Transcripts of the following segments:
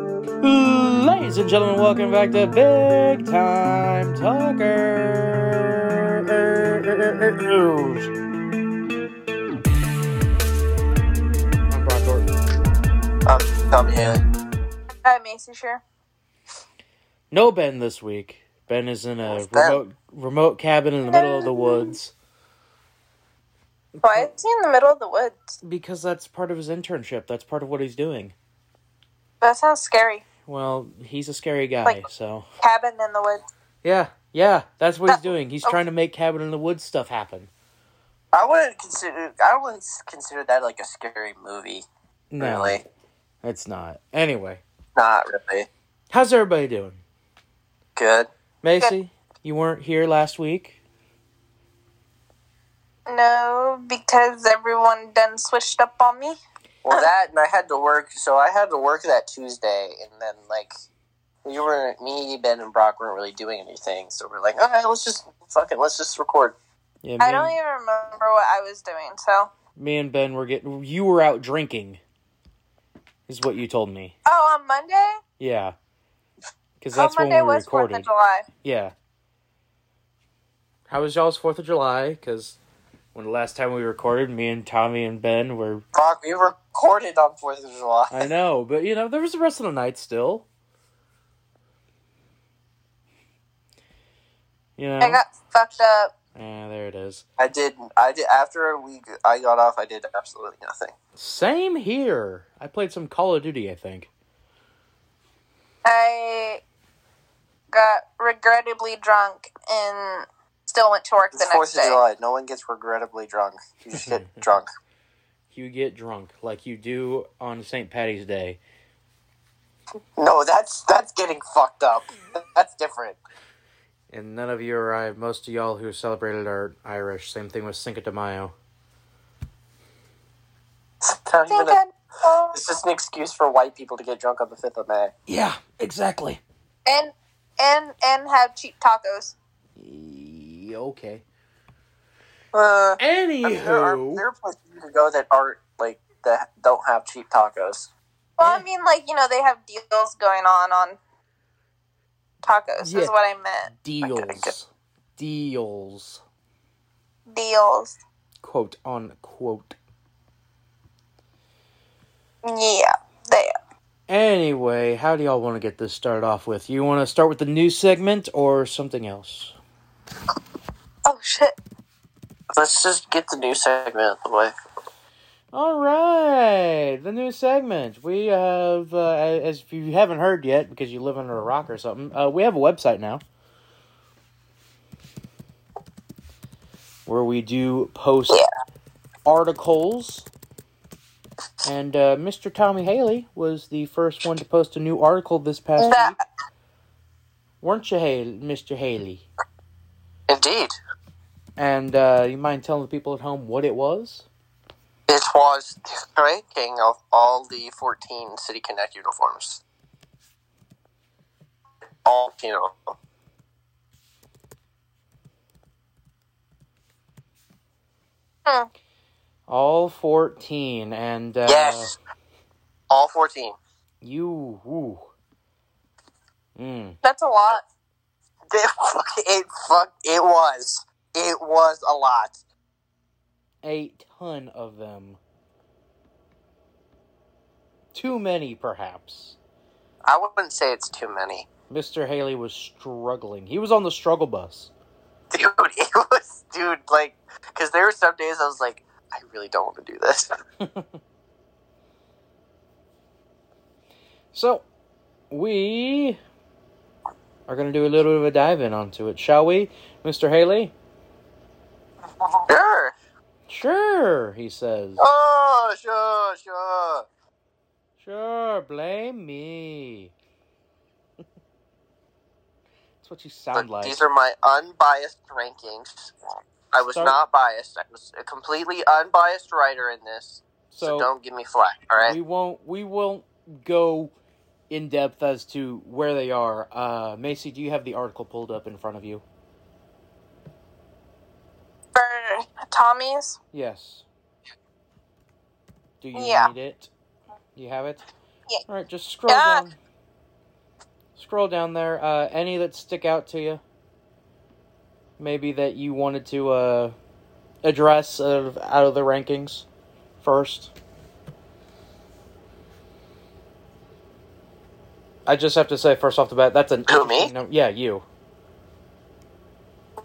Ladies and gentlemen, welcome back to Big Time Talkers. I'm Brock Thornton. Um, Tommy Haley. Uh, Macy, sure. No Ben this week. Ben is in a Where's Ben? remote remote cabin in the middle of the woods Why is he in the middle of the woods? because that's part of his internship. That's part of what he's doing. That sounds scary. Well, he's a scary guy, Like- so Cabin in the woods. yeah, yeah, that's what he's Uh, doing. He's okay. trying to make cabin in the woods stuff happen. I wouldn't consider. I wouldn't s- consider that like a scary movie. No, Really, it's not. Anyway, not really how's everybody doing? good. Macy, you weren't here last week. No, because everyone done switched up on me. Well, that and I had to work, so I had to work that Tuesday, and then like we were me, Ben, and Brock weren't really doing anything, so we're like, all right, let's just fuck it, let's just record. Yeah, me, I don't and, even remember what I was doing, so. me and Ben were getting. You were out drinking, is what you told me. Oh, on Monday? Yeah, because that's oh, when Monday we was recorded. of July. Yeah. How was y'all's Fourth of July? Because when the last time we recorded, me and Tommy and Ben were. Brock, we recorded on Fourth of July. I know, but you know, there was the rest of the night still. You know? I got fucked up. yeah, there it is. I did. I did after we I got off. I did absolutely nothing. Same here. I played some Call of Duty, I think. I got regrettably drunk and still went to work the It's Fourth next of day. July. No one gets regrettably drunk. You just get drunk. You get drunk like you do on St. Patty's Day. No, that's that's getting fucked up. That's different. And none of you or I, most of y'all who celebrated are Irish. Same thing with Cinco de Mayo. It's not I think even a- I- it's just an excuse for white people to get drunk on the fifth of May. Yeah, exactly. and, and, and have cheap tacos. Okay. Uh, I mean, there, are, there Anywho, are places you can go that aren't like that don't have cheap tacos. Well, Yeah. I mean, like you know, they have deals going on on tacos. Yeah. Is what I meant. deals, deals, Deals. quote unquote. Yeah, they. Anyway, how do y'all want to get this started off with? You want to start with the new segment or something else? Oh shit! Let's just get the new segment out of the way. All right, the new segment. We have, uh, as if you haven't heard yet, because you live under a rock or something, uh, we have a website now where we do post articles. And uh, Mr. Tommy Haley was the first one to post a new article this past That, week, weren't you, Haley, Mr. Haley? Indeed, And uh, you mind telling the people at home what it was? it was the ranking of all the fourteen City Connect uniforms. All you know. hmm. All fourteen, and uh, Yes, all fourteen. You. Ooh. Mm. that's a lot. It, it fuck. It was. It was a lot. A ton of them. Too many, perhaps. I wouldn't say it's too many. Mr. Haley was struggling. He was on the struggle bus. dude it was dude like because there were some days i was like i really don't want to do this So, we are going to do a little bit of a dive in onto it, shall we, Mr. Haley? sure Sure, he says. oh sure sure Sure, blame me. That's what you sound But like. these are my unbiased rankings i was Start- not biased i was a completely unbiased writer in this so, don't give me flack all right we won't we won't go in depth as to where they are. Uh, Macy, do you have the article pulled up in front of you? For Tommy's, Yes. Do you Yeah. need it? You have it? Yeah. All right, just scroll Yeah. down. Scroll down there. Uh, any that stick out to you? Maybe that you wanted to uh, address out of, out of the rankings first? I just have to say, first off the bat, that's an. Who, me? No, yeah, you.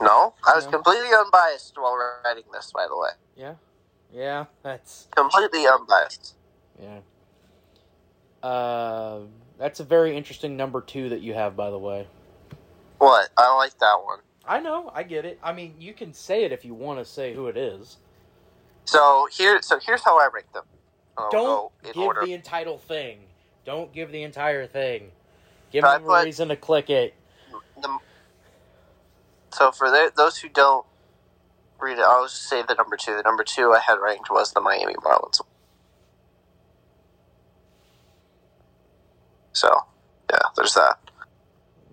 No, I was No. completely unbiased while writing this. By the way, Yeah? Yeah, that's. completely unbiased. Yeah. Uh, that's a very interesting number two that you have, by the way. What? I don't like that one. I know, I get it. I mean, you can say it if you want to say who it is. So here, so here's how I rank them. I'll Don't go Oh, in give order. the entire thing. Don't give the entire thing. Give I them a put- reason to click it. The- so for the, those who don't read it, I'll just say the number two. The number two I had ranked was the Miami Marlins. So yeah, there's that.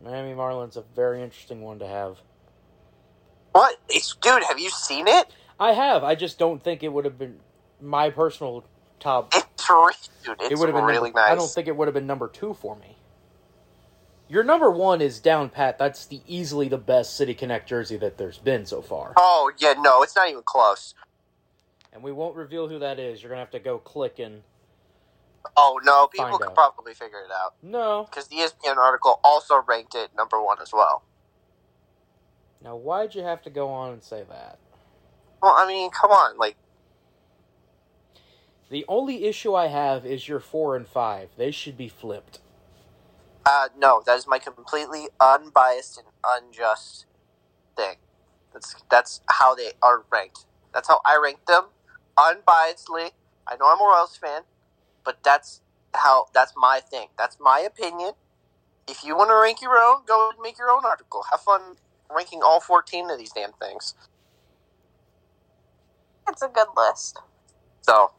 Miami Marlins a very interesting one to have. What? It's dude. Have you seen it? I have. I just don't think it would have been my personal top. It's re- dude. It's it would have been really number- nice. I don't think it would have been number two for me. Your number one is down pat. That's the easily the best City Connect jersey that there's been so far. Oh yeah, no, it's not even close. And we won't reveal who that is. You're gonna have to go clicking. Oh no, people Find could out. probably figure it out No. because the E ESPN article also ranked it number one as well. Now, why'd you have to go on and say that? Well, I mean, come on, like The only issue I have is your four and five. They should be flipped. Uh, no, that is my completely unbiased and unjust thing. That's that's how they are ranked. That's how I rank them, unbiasedly. I know I'm a Royals fan, but that's how that's my thing. That's my opinion. If you want to rank your own, go and make your own article. Have fun ranking all 14 of these damn things. It's a good list. So,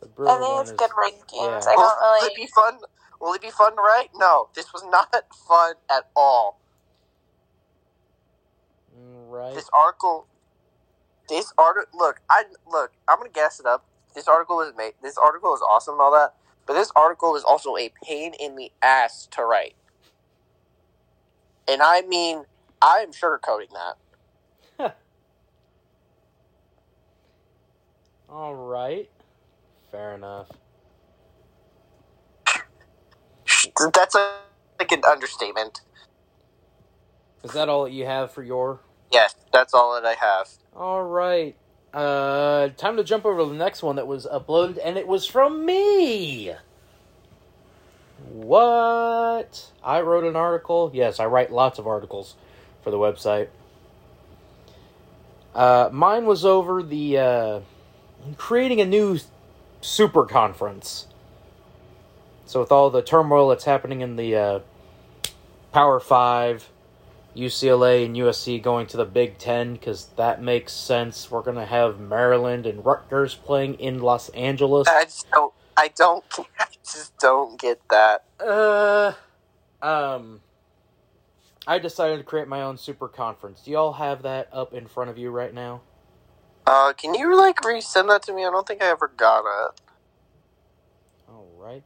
The I Brewer think Oh, one it's is- good rankings. yeah. I will, don't will it really. be fun? Will it be fun to write? No, this was not fun at all. Mm, right. This article, this article. Look, I look. I'm gonna gas it up. This article is made. This article is awesome and all that, but this article is also a pain in the ass to write. And I mean, I am sugarcoating that. All right. Fair enough. That's a, like an understatement. Is that all that you have for your? Yes, that's all that I have. All right. Uh, time to jump over to the next one that was uploaded, and it was from me. What? I wrote an article. Yes, I write lots of articles for the website. Uh, mine was over the uh, creating a new super conference. So with all the turmoil that's happening in the uh, Power Five, UCLA and USC going to the Big Ten because that makes sense. We're gonna have Maryland and Rutgers playing in Los Angeles. I just don't. I don't. I just don't get that. Uh, um, I decided to create my own super conference. Do y'all have that up in front of you right now? Uh, can you like resend that to me? I don't think I ever got it. All right.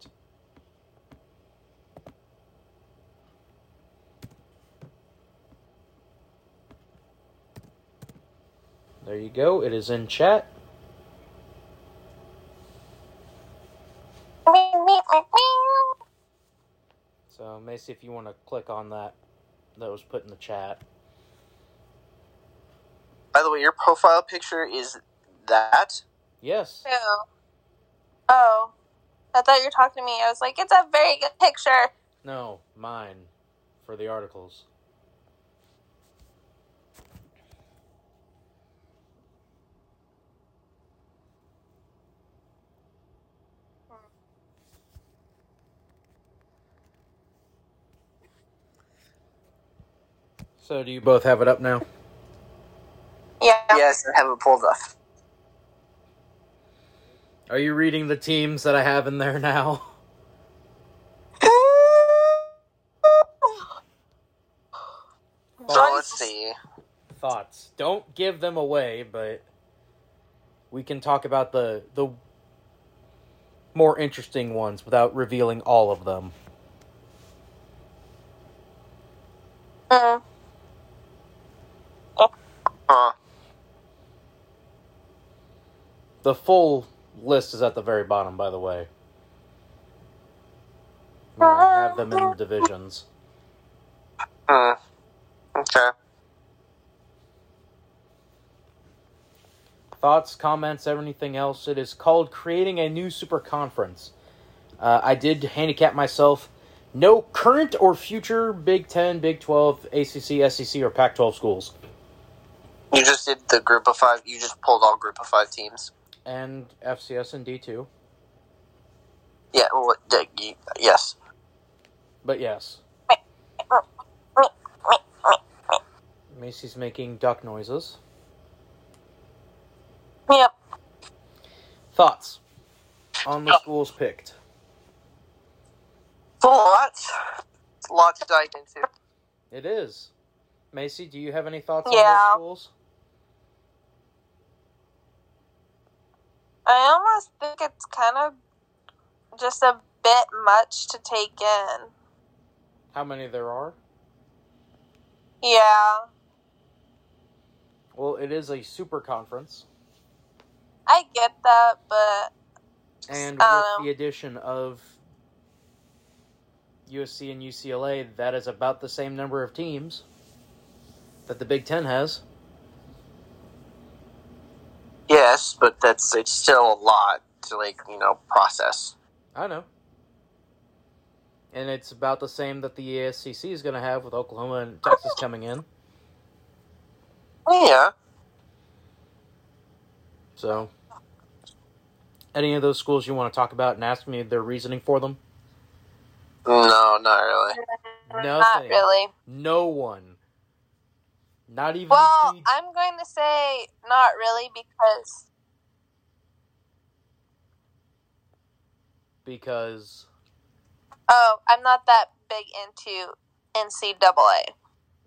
There you go. It is in chat. So, Macy, if you want to click on that, that was put in the chat. By the way, your profile picture is that. Yes. Ew. Oh, I thought you were talking to me. I was like, it's a very good picture. No, mine for the articles. So, do you both have it up now? Yeah. Yes, I have it pulled up. Are you reading the teams that I have in there now? So let's see. Thoughts. Don't give them away, but we can talk about the the more interesting ones without revealing all of them. Mm. Huh. The full list is at the very bottom, by the way. I have them in the divisions. Hmm. Okay. thoughts, comments, anything else. It is called Creating a New Super Conference. Uh, I did handicap myself no current or future Big 10, Big 12, ACC, SEC, E or Pac 12 schools. You just did the group of five. You just pulled all group of five teams. And FCS and D2. Yeah. Well, d- y- yes. But yes. Macy's making duck noises. Yep. Thoughts on Oh. the schools picked? It's a lot. It's a lot to dive into. It is. Macy, do you have any thoughts Yeah. on those schools? I almost think it's kind of just a bit much to take in. How many there are? Yeah. Well, it is a super conference. I get that, but And with Um, the addition of USC and UCLA, that is about the same number of teams that the Big Ten has. Yes, but that's it's still a lot to like you know process. I know. And it's about the same that the ASCC is going to have with Oklahoma and Texas coming in. Yeah. So, any of those schools you want to talk about and ask me their reasoning for them? No, not really. not Nothing. really. No one. Not even. Well, the- I'm going to say not really because because oh, I'm not that big into NCAA.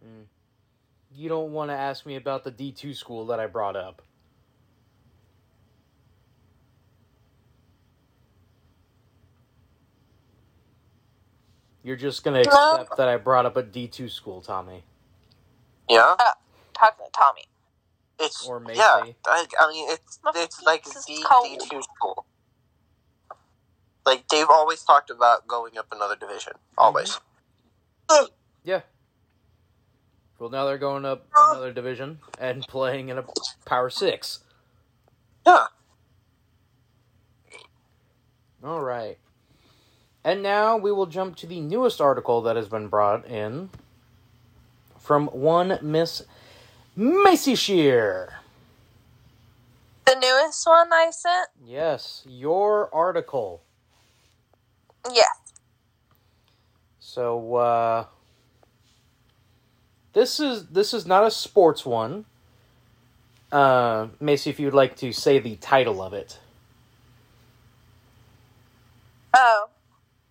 mm, you don't want to ask me about the D2 school that I brought up. You're just gonna No. accept that I brought up a D two school, Tommy, Yeah. Talking to Tommy. It's or Macy. yeah. I, I mean, it's My it's like penis is the cold. D two school. Like they've always talked about going up another division. Always. Yeah. Well, now they're going up another division and playing in a Power Six. Yeah. All right. And now we will jump to the newest article that has been brought in from one Miss Macy Shear. The newest one I sent? Yes, your article. Yes. So uh this is this is not a sports one. Uh Macy, if you'd like to say the title of it. Oh.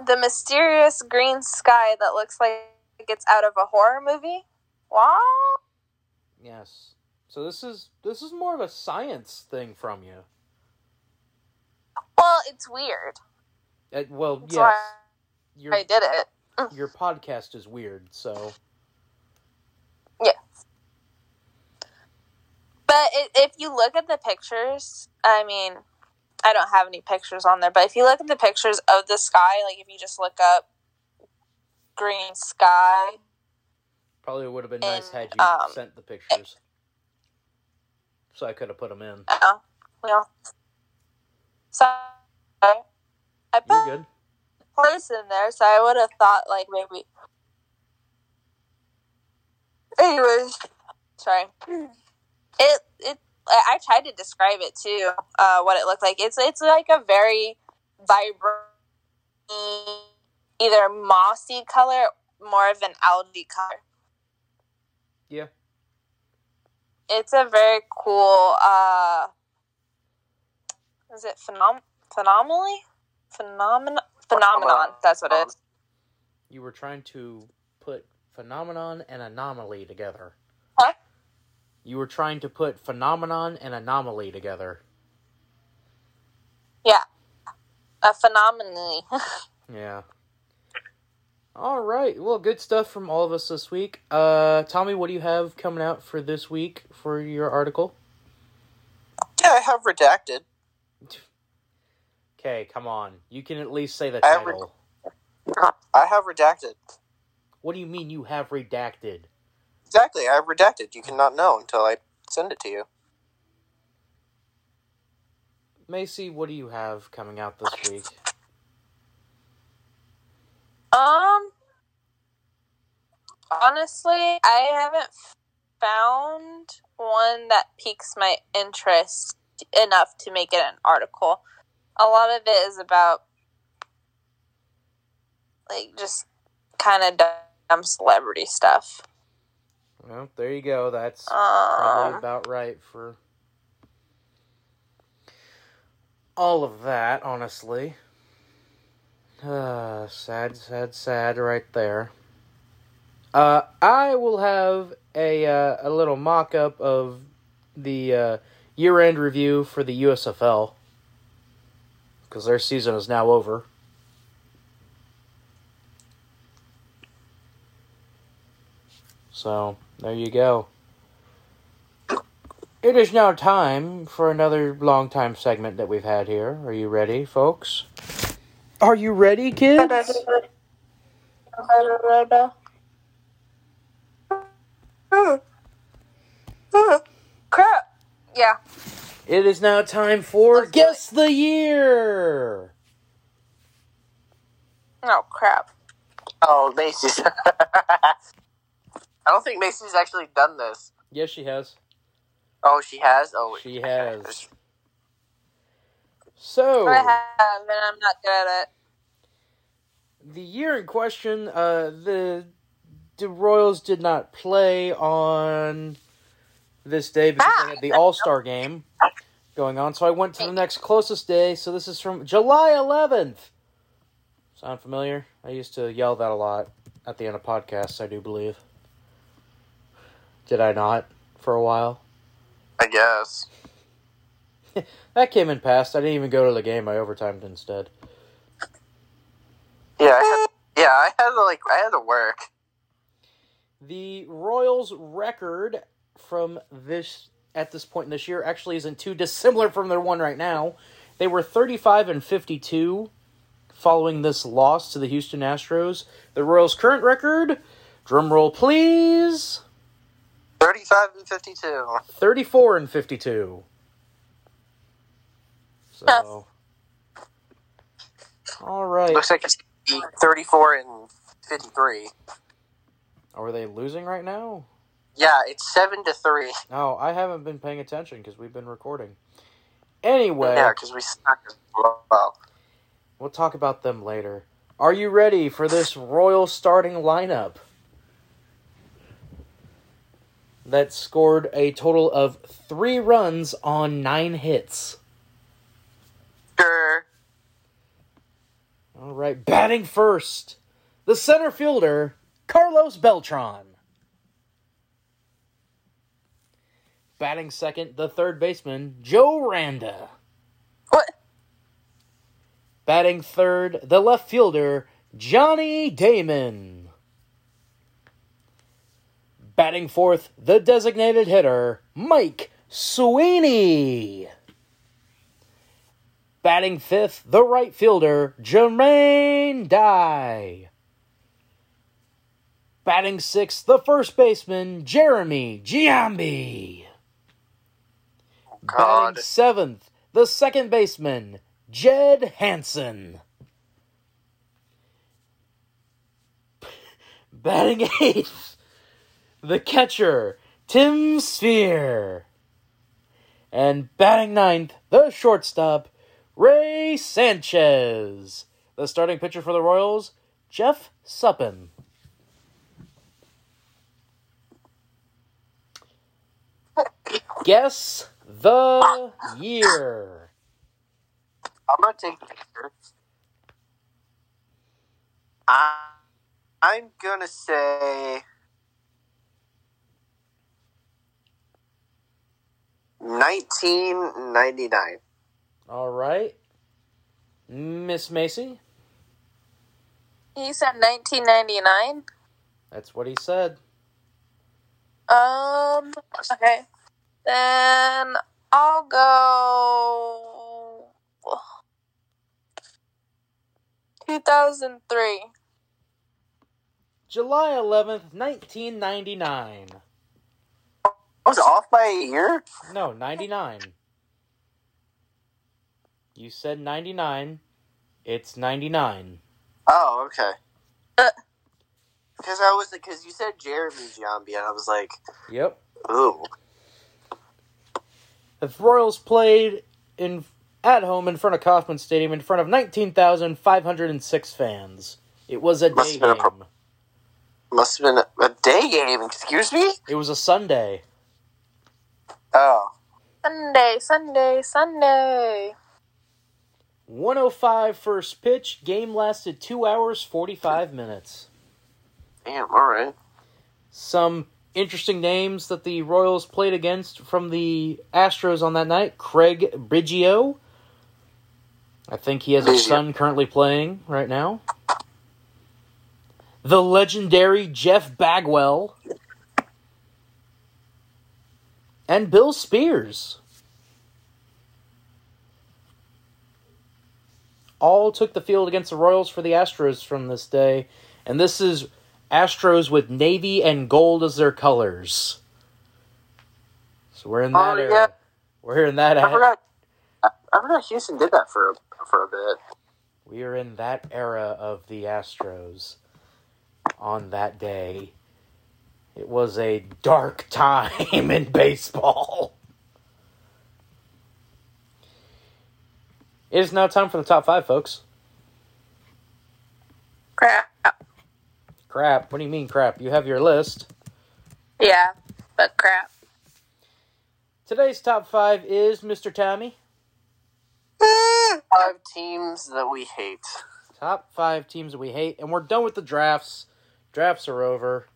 The mysterious green sky that looks like it's out of a horror movie? Wow. Yes. So this is this is more of a science thing from you. Well, it's weird. Uh, well, That's yes. Your why I did it. your podcast is weird, so Yes. But i if you look at the pictures, I mean, I don't have any pictures on there, but if you look at the pictures of the sky, like if you just look up green sky, probably would have been nice And, had you um, sent the pictures. So I could have put them in. uh, you know. So I You're put good. close in there, so I would have thought like maybe. Anyways, sorry. It it I I tried to describe it too. Uh, what it looked like. It's it's like a very vibrant, either mossy color, more of an algae color. Yeah. It's a very cool. Uh, is it phenom phenomenally phenomenon phenomenon? That's what it is. You were trying to put phenomenon and anomaly together. Huh? You were trying to put phenomenon and anomaly together. Yeah. a phenomenon. Yeah. All right. Well, good stuff from all of us this week. Uh, Tommy, what do you have coming out for this week for your article? Yeah, I have redacted. Okay, come on. You can at least say the I have title. I have redacted. What do you mean you have redacted? Exactly, I have redacted. You cannot know until I send it to you. Macy, what do you have coming out this week? Um, honestly, I haven't found one that piques my interest enough to make it an article. A lot of it is about like just kind of dumb celebrity stuff. Well, there you go. That's probably Um, about right for all of that, honestly. Uh, sad, sad, sad right there. Uh, I will have a uh, a little mock up of the uh, year end review for the USFL because their season is now over. So there you go. It is now time for another long time segment that we've had here. Are you ready, folks? Are you ready, Um, kids? Hmm. crap. Yeah. It is now time for Guess the Year! Oh crap. Oh, Macy's. I don't think Macy's actually done this. Yes, she has. Oh, she has? Oh, She okay. has. So. I have, and I'm not good at it. the year in question, uh, the the Royals did not play on this day because they had the All Star game going on. So I went to the next closest day. So this is from July 11th. Sound familiar? I used to yell that a lot at the end of podcasts. I do believe. Did I not for a while? I guess. That came and passed. I didn't even go to the game. I overtimed instead. Yeah, I had, yeah, I had to, like, I had to work. The Royals' record from this at this point in this year actually isn't too dissimilar from their one right now. They were 35 and 52 following this loss to the Houston Astros. The Royals' current record, drum roll please, 35 and 52. 34 and 52. So All right. Looks like it's 34 and 53. Are they losing right now? Yeah, it's 7 to 3. No, I haven't been paying attention because we've been recording. Anyway, Yeah, because we suck as well. We'll talk about them later. Are you ready for this Royal starting lineup? That scored a total of three runs on nine hits. Sure. All right, batting first, the center fielder, Carlos Beltran. Batting second, the third baseman, Joe Randa. What? Batting third, the left fielder, Johnny Damon. Batting fourth, the designated hitter, Mike Sweeney. Batting fifth, the right fielder, Jermaine Dye. Batting sixth, the first baseman, Jeremy Giambi. Oh, God. Batting seventh, the second baseman, Jed Hansen. Batting eighth, the catcher, Tim Sphere. And batting ninth, the shortstop, Ray Sanchez. The starting pitcher for the Royals, Jeff Suppin. Guess the year. I'm going to take the picture. I, I'm going to say. 1999. All right. Macy. Miss Macy. He said 1999. That's what he said. Um. Okay. Then I'll go. 2003. July 11th, 1999. I was off by a year. No, 99. You said 99. It's 99. Oh, okay. Uh. Because I was because you said Jeremy Giambi, and I was like, Yep. ooh, The Royals played in at home in front of Kauffman Stadium in front of 19,506 fans. It was a Must day have been a game. pro- must have been a, a day game. Excuse me. it was a Sunday. Oh, Sunday, Sunday, Sunday. 105 first pitch. Game lasted 2 hours 45 minutes. damn. All right. Some interesting names that the Royals played against from the Astros on that night. Craig Biggio. I think he has a Biggio. son currently playing right now. The legendary Jeff Bagwell. And Bill Spears. All took the field against the Royals for the Astros from this day. And this is Astros with navy and gold as their colors. So we're in that Oh, era. yeah. We're in that e-, I era. forgot. I, I forgot Houston did that for a, for a bit. We are in that era of the Astros on that day. It was a dark time in baseball. It is now time for the top five, folks. Crap. Crap. What do you mean, crap? You have your list. Yeah, but crap. Today's top five is Mr. Tommy. Five teams that we hate. Top five teams that we hate, and we're done with the drafts. Drafts are over.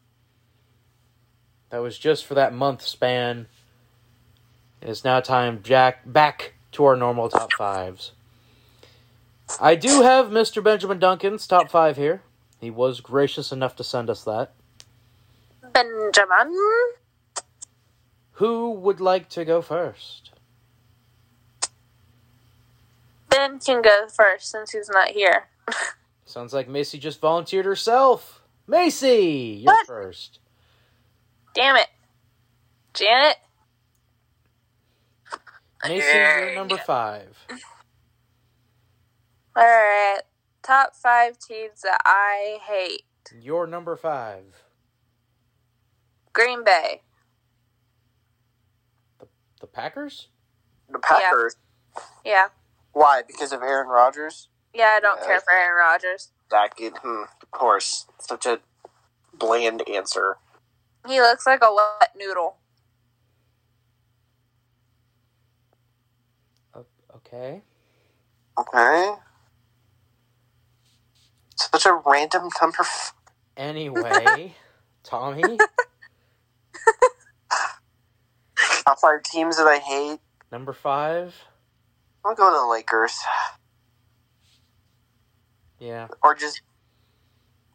That was just for that month span. It is now time Jack back to our normal top fives. I do have Mr. Benjamin Duncan's top five here. He was gracious enough to send us that. Benjamin. Who would like to go first? Ben can go first since he's not here. Sounds like Macy just volunteered herself. Macy, you're What? first. Damn it. Janet? Macy, you're number five. Alright. Top five teams that I hate You're number five. Green Bay. The Packers? The Packers. Yeah. Why? Because of Aaron Rodgers. Yeah, I don't Yeah. care for Aaron Rodgers. That kid. Hmm, of course. Such a bland answer. He looks like a wet noodle. Okay. Okay. Such a random number. F- Anyway, Tommy, top five teams that I hate. number five. I'll go to the Lakers. Yeah, Or just.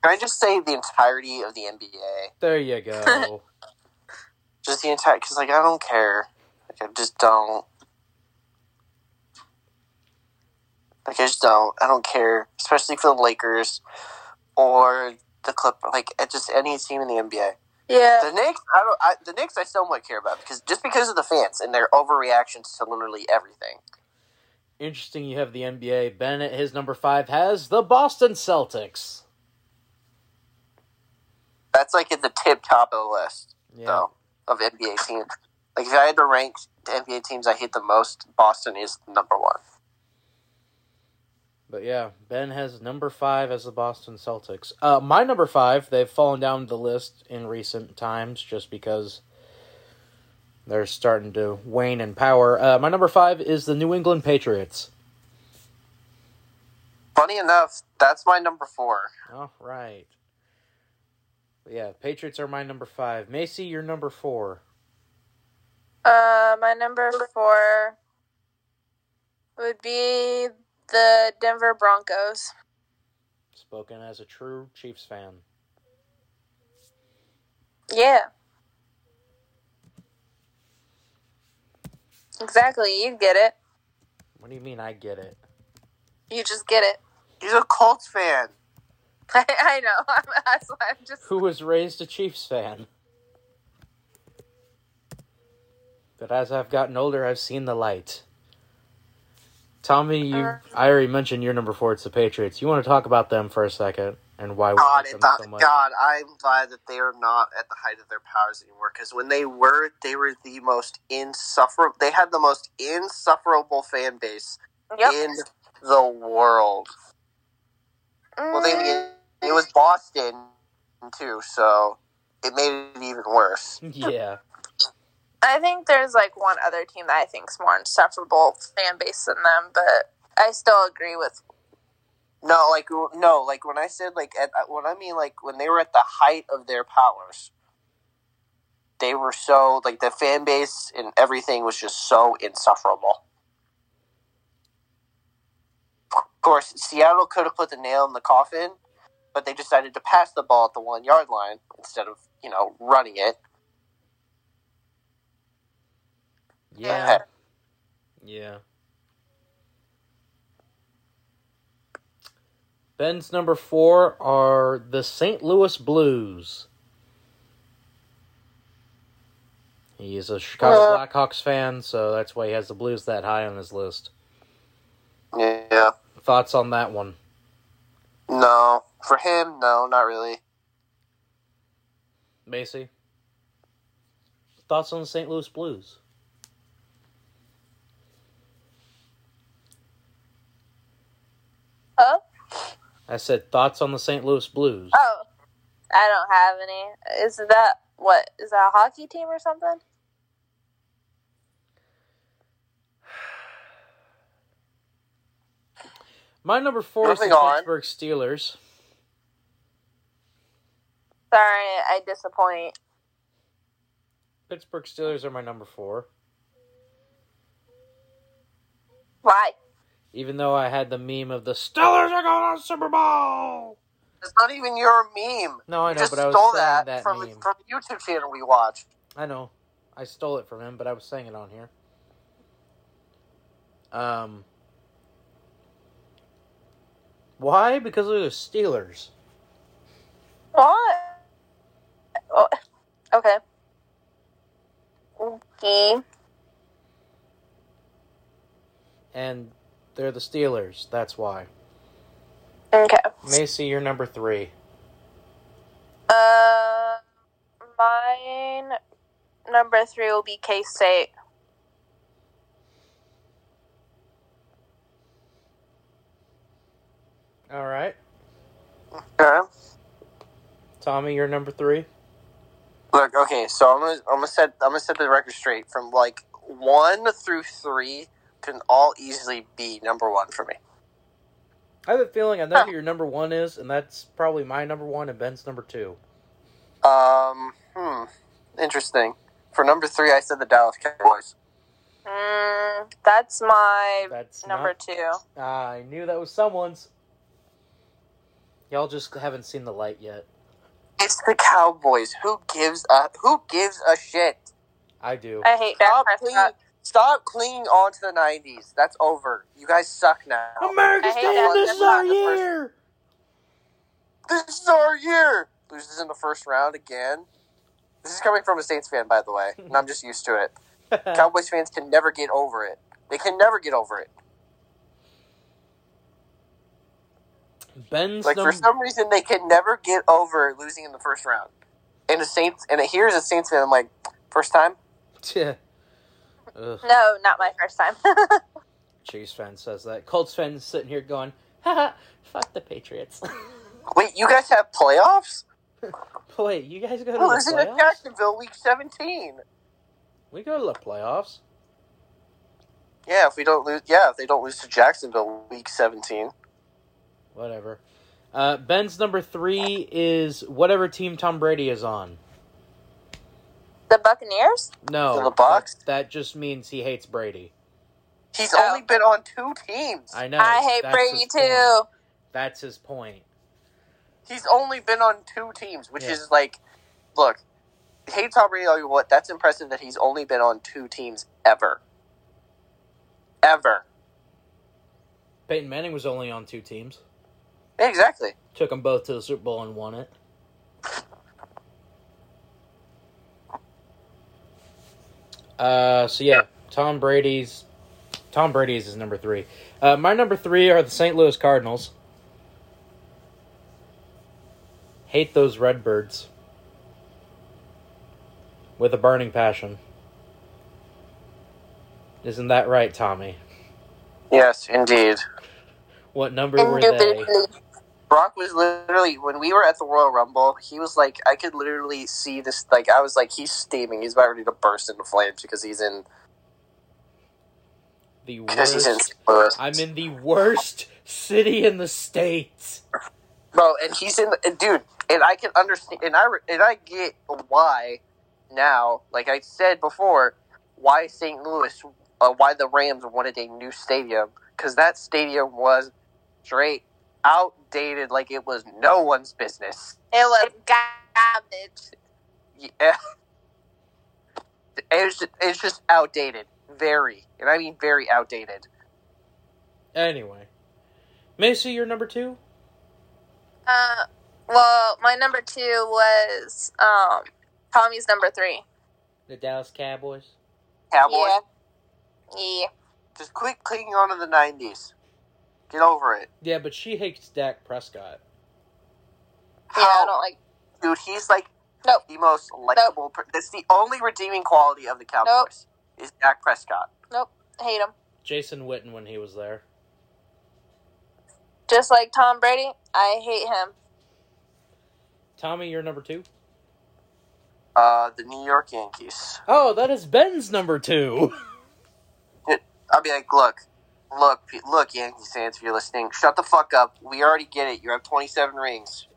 Can I just say the entirety of the NBA? there you go. Just the entire. Because, like, I don't care. Like, I just don't. Like, I just don't. I don't care. Especially for the Lakers or the Clipper. Like, at just any team in the NBA. Yeah. The Knicks, I don't. I, the Knicks, I somewhat care about because just because of the fans and their overreactions to literally everything. Interesting you have the NBA. Ben at his number five has the Boston Celtics. That's like at the tip top of the list Yeah. though of NBA teams. Like if I had to rank the NBA teams I hate the most, Boston is number one. But yeah, Ben has number five as the Boston Celtics. Uh, my number five, they've fallen down the list in recent times just because they're starting to wane in power. Uh, my number five is the New England Patriots. Funny enough, that's my number four. All right. But yeah, Patriots are my number five. Macy, you're number four. Uh, my number four would be the Denver Broncos. Spoken as a true Chiefs fan. Yeah. Exactly. You get it. What do you mean I get it? You just get it. He's a Colts fan. I, I know. I'm, that's why I'm just. Who was raised a Chiefs fan? But as I've gotten older, I've seen the light. Tommy, you, Uh. I already mentioned your number four. It's the Patriots. You want to talk about them for a second and why we God, like it them thought, so much? God, I'm glad that they are not at the height of their powers anymore. Because when they were, they were the most insufferable. They had the most insufferable fan base Yep. in the world. Well, they Mm, it was Boston too, so it made it even worse. Yeah, I think there's like one other team that I think's more insufferable fan base than them, but I still agree with. No, like no, like when I said like at, when I mean like when they were at the height of their powers, they were so like the fan base and everything was just so insufferable. Of course, Seattle could have put the nail in the coffin, but they decided to pass the ball at the one yard line instead of you know running it. yeah, Okay. yeah. Ben's number four are the St. Louis Blues. He is a Chicago Blackhawks fan, so that's why he has the Blues that high on his list. Yeah, Thoughts on that one? no, for him, no, not really. Macy. Thoughts on the St. Louis Blues? Huh? I said thoughts on the St. Louis Blues. Oh, I don't have any. Is that what? Is that a hockey team or something? My number four is the Moving on. Pittsburgh Steelers. Sorry, I disappoint. Pittsburgh Steelers are my number four. Why? Even though I had the meme of the Steelers are going to Super Bowl. It's not even your meme. No, I know, just but I was stole saying that, that, from meme. from the YouTube channel we watched. I know. I stole it from him, but I was saying it on here. Um, why? Because of the Steelers. What? Oh, okay. Okay. and they're the Steelers. That's why. Okay. Macy, you're number three. Uh, mine number three will be K State. All right. Okay. Tommy, you're number three. Look, okay, so I'm gonna I'm gonna set I'm gonna set the record straight. From like one through three can all easily be number one for me. I have a feeling I know Huh. who your number one is, and that's probably my number one and Ben's number two. Um, hmm, interesting. For number three, I said the Dallas Cowboys. Mm, that's my That's number not- two. I knew that was someone's. Y'all just haven't seen the light yet. It's the Cowboys. Who gives a Who gives a shit? I do. I hate Dak Stop clinging. Prescott. Stop clinging on to the '90s. That's over. You guys suck now. America's I hate team. that. This That's is our not the first- year. This is our year. Loses in the first round again. This is coming from a Saints fan, by the way, and I'm just used to it. Cowboys fans can never get over it. They can never get over it. Ben's Like number. for some reason, they can never get over losing in the first round. And a Saints, and here's a Saints fan. I'm like, first time. Yeah. Ugh, No, not my first time. Chiefs fan says that. Colts fan sitting here going, "Haha, fuck the Patriots." Wait, you guys have playoffs? Wait, you guys go to We're the losing to playoffs? Jacksonville week 17. We go to the playoffs. Yeah, if we don't lose, yeah, if they don't lose to Jacksonville week 17. Whatever. Uh, Ben's number three is whatever team Tom Brady is on. the Buccaneers? No, To the Bucs? That, that just means he hates Brady. He's Oh. only been on two teams. I know. I hate that's Brady his too. point. That's his point. He's only been on two teams, which Yeah. is like, look, hate Tom Brady all you want. That's impressive that he's only been on two teams ever. Ever. Peyton Manning was only on two teams. Exactly. Took them both to the Super Bowl and won it. Uh, so yeah, Tom Brady's Tom Brady's is number three. Uh, my number three are the St. Louis Cardinals. Hate those Redbirds with a burning passion. Isn't that right, Tommy? Yes, indeed. What number were they? Indubitably. Brock was literally when we were at the Royal Rumble, he was like, I could literally see this. Like, I was like, he's steaming. He's about ready to burst into flames because he's in The because he's in worst. St. Louis. I'm in the worst city in the state. bro, and he's in, and dude, and I can understand, and I re- and I get why now. Like I said before, why St. Louis, uh, why the Rams wanted a new stadium because that stadium was straight outdated, like it was no one's business. It was garbage. Yeah. It's just, it's just outdated. Very. And I mean very outdated. Anyway, Macy, you're number two. Uh, well, my number two was um, Tommy's number three. The Dallas Cowboys. Cowboys. Yeah. Yeah. Just quit clinging on to the 90s. Get over it. Yeah, but she hates Dak Prescott. Yeah, I How? don't like. Dude, he's like Nope. the most likable. per- That's the only redeeming quality of the Cowboys is Dak Prescott. Hate him. Jason Witten when he was there. Just like Tom Brady, I hate him. Tommy, you're number two. Uh, the New York Yankees. Oh, that is Ben's number two. I'll be like, look, look, pe- look, Yankees fans, if you're listening, shut the fuck up. We already get it. You have 27 rings.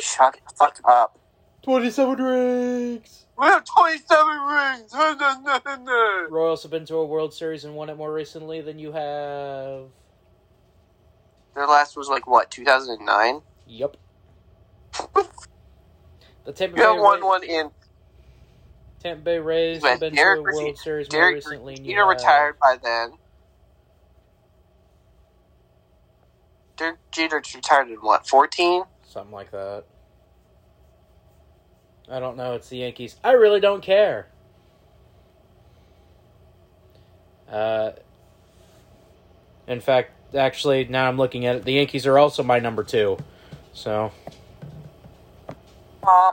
shut the fuck up. Twenty-seven rings. We have 27 rings. Wait, Royals have been to a World Series and won it more recently than you have. Their last was like what, 2009? Yep. The Tampa Bay, You have won Rays, one in. Tampa Bay Rays Wait, have been Derek to a Rizzi- World Series more Derek recently. than you Jeter have. retired by then. Derek Jeter retired in what, 14? Something like that. I don't know. It's the Yankees. I really don't care. Uh, in fact, actually, now I'm looking at it. The Yankees are also my number two. So, Aw.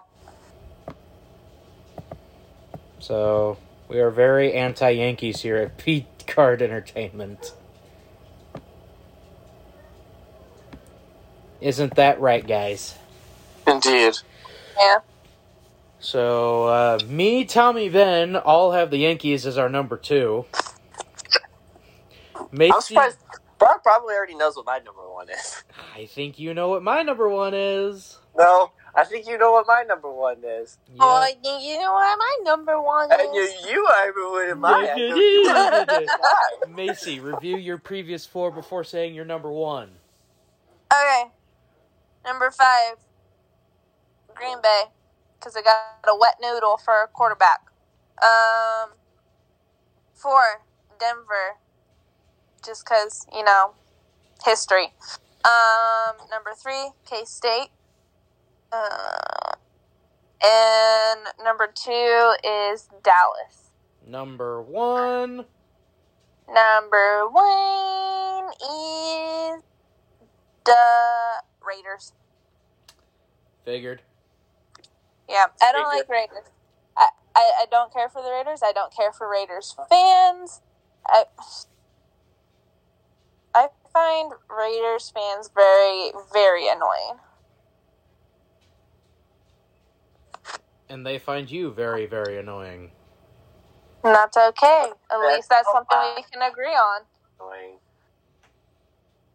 so we are very anti-Yankees here at Pete Card Entertainment. Isn't that right, guys? Indeed. Yeah. So, uh, me, Tommy, Ben all have the Yankees as our number two. Macy, I'm surprised. Brock probably already knows what my number one is. I think you know what my number one is. No, I think you know what my number one is. Oh, Yeah. you, you know what? My number one And you, is. you are ruining mine. I know you are ruining mine. Macy, review your previous four before saying your number one. Okay. Number five, Green Bay, because I got a wet noodle for a quarterback. Um, four, Denver, just because, you know, history. Um, number three, K State. Uh, and number two is Dallas. Number one, Number one is the Raiders. figured. Yeah, I don't Raiders. like Raiders. I, I, I don't care for the Raiders. I don't care for Raiders fans. I I find Raiders fans very very annoying. And they find you very, very annoying. And that's okay. At That's least that's all something we right. can agree on.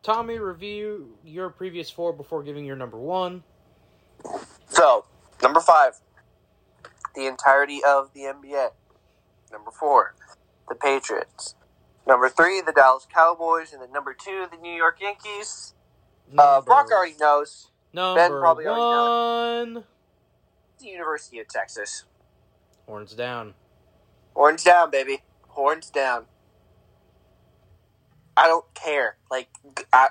Tommy, review your previous four before giving your number one. So, number five, the entirety of the NBA. Number four, the Patriots. Number three, the Dallas Cowboys, and then number two, the New York Yankees. Uh, Brock already knows Number probably one. the University of Texas. Horns down. Horns down, baby. Horns down. I don't care. Like, g- I,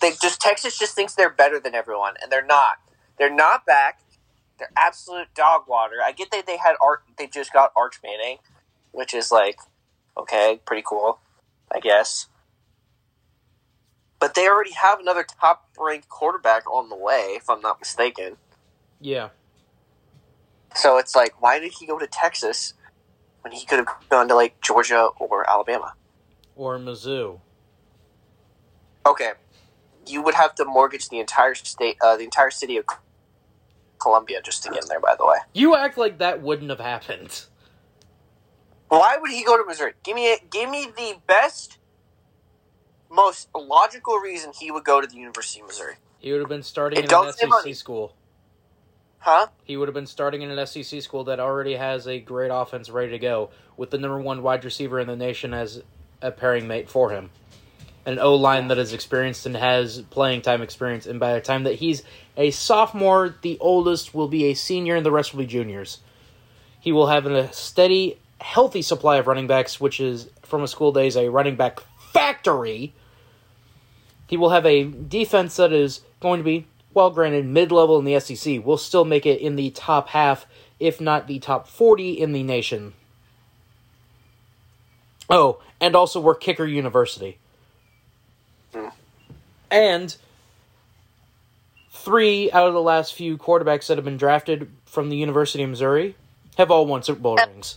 they just Texas just thinks they're better than everyone, and they're not. They're not back. They're absolute dog water. I get that they had Art. They just got Arch Manning, which is like, okay, pretty cool, I guess. But they already have another top-ranked quarterback on the way, if I'm not mistaken. Yeah. So it's like, why did he go to Texas when he could have gone to like Georgia or Alabama? Or Mizzou. Okay, you would have to mortgage the entire state, uh, the entire city of Columbia, just to get in there. By the way, You act like that wouldn't have happened. why would he go to Missouri? Give me, a, give me the best, most logical reason he would go to the University of Missouri, He would have been starting Hey, in don't an say money. SEC school. huh? He would have been starting in an SEC school that already has a great offense ready to go, with the number one wide receiver in the nation as a pairing mate for him. An O line that is experienced and has playing time experience, and by the time that he's a sophomore, the oldest will be a senior and the rest will be juniors. He will have a steady, healthy supply of running backs, which is from a school days a running back factory. He will have a defense that is going to be, well, granted, mid level in the SEC. Will still make it in the top half, if not the top 40 in the nation. Oh, and also we're Kicker University. And three out of the last few quarterbacks that have been drafted from the University of Missouri have all won Super Bowl rings.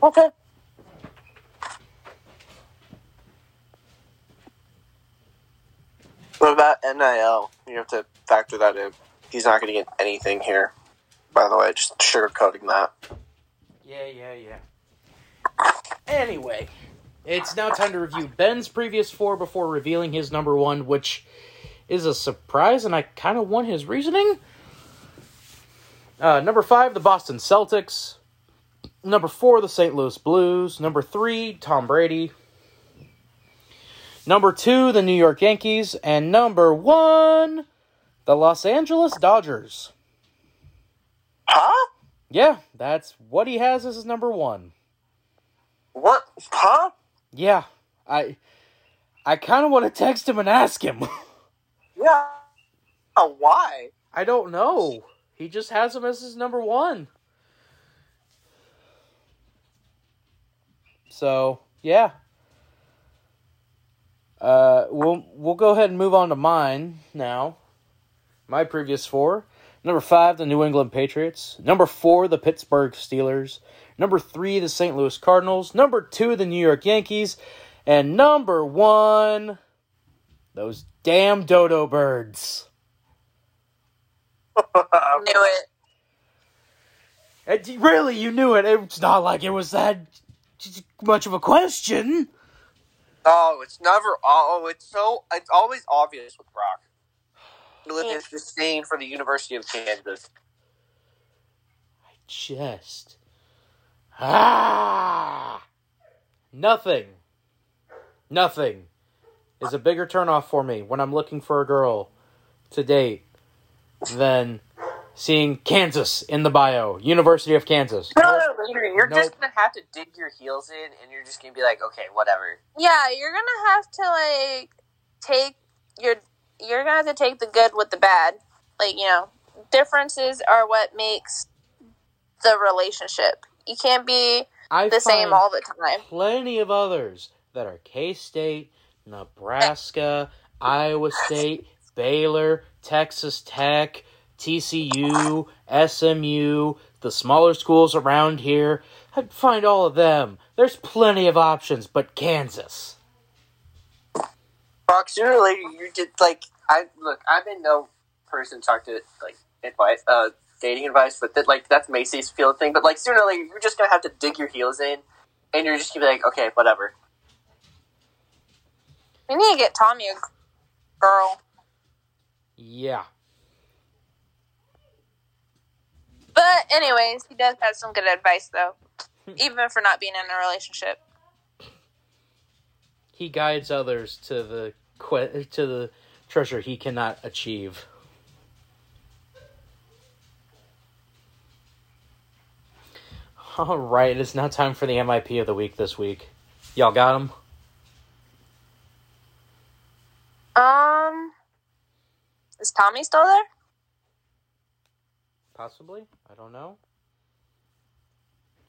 Okay. What about NIL? You have to factor that in. He's not going to get anything here. By the way, just sugarcoating that. Yeah, yeah, yeah. Anyway, it's now time to review Ben's previous four before revealing his number one, which is a surprise, and I kind of want his reasoning. Uh, number five, the Boston Celtics. Number four, the St. Louis Blues. Number three, Tom Brady. Number two, the New York Yankees. And number one, the Los Angeles Dodgers. Huh? Yeah, that's what he has as his number one. What? Huh? Yeah, I I kind of want to text him and ask him. Yeah. Oh, why? I don't know. He just has him as his number one. So yeah. Uh, we'll we'll go ahead and move on to mine now. My previous four. Number five, the New England Patriots. Number four, the Pittsburgh Steelers. Number three, the St. Louis Cardinals. Number two, the New York Yankees. And number one, those damn dodo birds. Knew it. And you- really, you knew it. It's not like it was that much of a question. oh, it's never. Oh, it's so. It's always obvious with Brock. Live is disdain for the University of Kansas. Just ah, nothing, nothing is a bigger turnoff for me when I'm looking for a girl to date than seeing Kansas in the bio, University of Kansas. No, later, you're Nope. just gonna have to dig your heels in, and you're just gonna be like, okay, whatever. Yeah, you're gonna have to like take your you're gonna have to take the good with the bad. Like, you know, differences are what makes the relationship. You can't be I the same find all the time. plenty of others that are K State, Nebraska, Iowa State, Baylor, Texas Tech, TCU, SMU, the smaller schools around here. I'd find all of them. There's plenty of options, but Kansas. Brock, sooner or later, you did like I look. I've been no person to talk to like advice, uh, dating advice, but that like that's Macy's field thing. But like sooner or later, you're just gonna have to dig your heels in, and you're just gonna be like, okay, whatever. We need to get Tommy a girl. Yeah. But But anyways, he does have some good advice though, even for not being in a relationship. He guides others to the que- to the treasure he cannot achieve. All right, it's now time for the MIP of the week this week. Y'all got him? Um, is Tommy still there? Possibly? I don't know.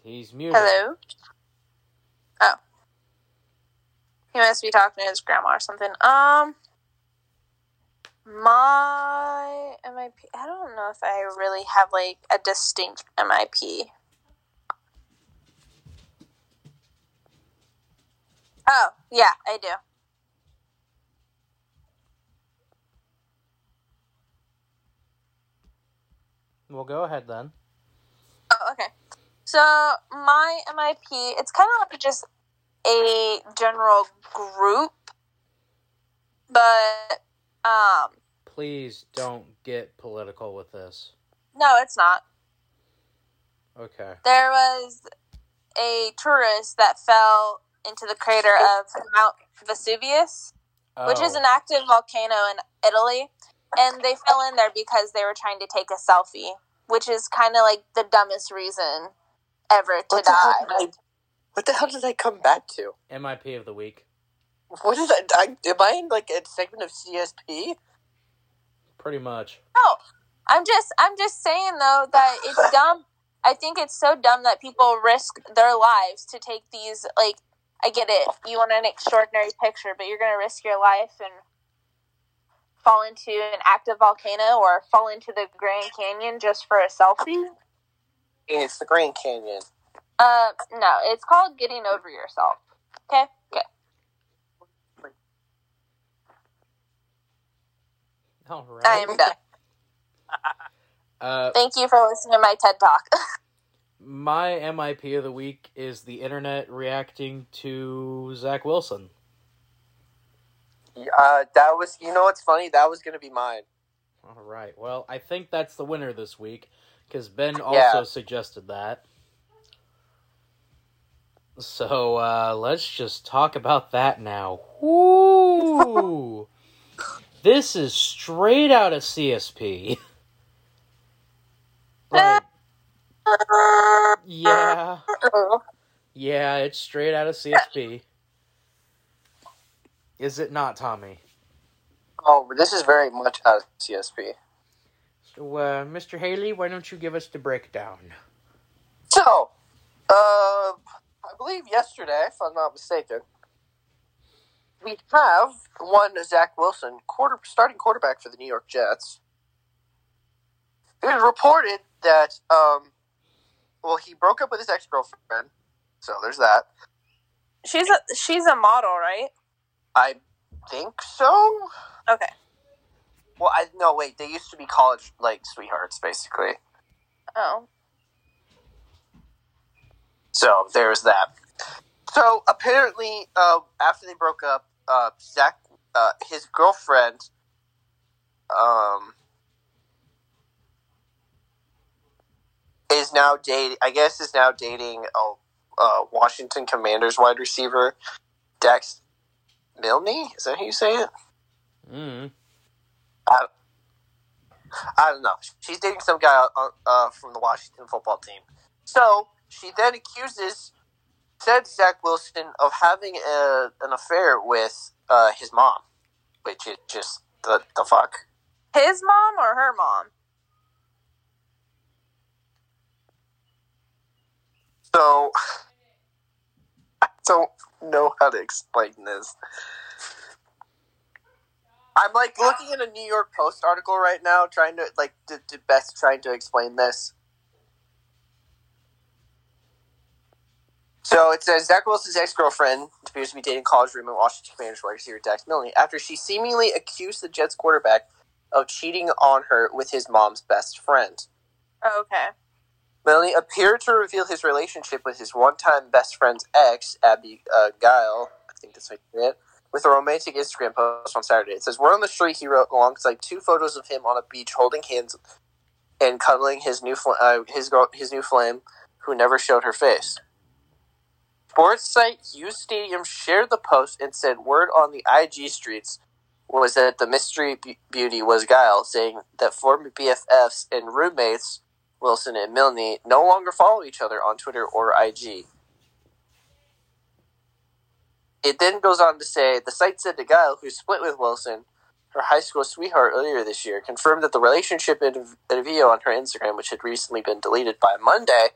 He's muted. Hello. Oh, he must be talking to his grandma or something. Um, my MIP. I don't know if I really have like a distinct MIP. Oh yeah, I do. Well, go ahead then. Oh, okay. So my MIP, it's kind of like just a general group, but um, Please don't get political with this. no, it's not. Okay. There was a tourist that fell into the crater of Mount Vesuvius, which Oh. Oh, is an active volcano in Italy, and they fell in there because they were trying to take a selfie, which is kind of like the dumbest reason ever to What the, die. hell did I, what the hell did I come back to? MIP of the week. What is that? I, am I in like a segment of CSP? Pretty much. No, I'm just I'm just saying though that it's dumb. I think it's so dumb that people risk their lives to take these. Like, I get it. You want an extraordinary picture, but you're going to risk your life and fall into an active volcano or fall into the Grand Canyon just for a selfie. It's the Grand Canyon. Uh, no, it's called getting over yourself. Okay, okay. All right. I am done. Uh, Thank you for listening to my TED talk. my MIP of the week is the internet reacting to Zach Wilson. Uh, that was. You know what's funny? That was gonna be mine. All right. Well, I think that's the winner this week because Ben also Yeah. suggested that. So uh, let's just talk about that now. Woo! this is straight out of CSP. Like, yeah, yeah, it's straight out of CSP. Is it not, Tommy? Oh, this is very much out of CSP. So, uh, Mr. Haley, why don't you give us the breakdown? So, uh, I believe yesterday, if I'm not mistaken, we have one Zach Wilson, quarter starting quarterback for the New York Jets. It was reported that, um, well, he broke up with his ex girlfriend, so there's that. she's a she's a model, right? I think so. Okay. Well, I no wait. They used to be college like sweethearts, basically. Oh, So there's that. So apparently, uh, after they broke up, uh, Zach, uh, his girlfriend, um, is now dating. I guess is now dating a uh, Washington Commanders wide receiver, Dax Milne. Is that how you say it? Mm. I don't know. She's dating some guy uh, uh, from the Washington football team. So she then accuses said Zach Wilson of having a, an affair with uh, his mom, which is just the, the fuck. his mom or her mom? So I don't know how to explain this. I'm like looking at a New York Post article right now, trying to like the the best trying to explain this. So it says Zach Wilson's ex girlfriend appears to be dating college roommate Washington Commanders wide receiver Dax Milne after she seemingly accused the Jets quarterback of cheating on her with his mom's best friend. okay. Melanie appeared to reveal his relationship with his one-time best friend's ex, Abby uh, Guile, I think that's what you did, with a romantic Instagram post on Saturday. It says, "We're on the street," he wrote, alongside two photos of him on a beach holding hands, and cuddling his new fl- uh, his girl his new flame, who never showed her face. Sports site Hughes Stadium shared the post and said word on the IG streets was that the mystery be- beauty was Guile, saying that former BFFs and roommates Wilson and Milne no longer follow each other on Twitter or IG. It then goes on to say the site said to Guile, who split with Wilson, her high school sweetheart earlier this year, confirmed that the relationship in in a video on her Instagram, which had recently been deleted by Monday,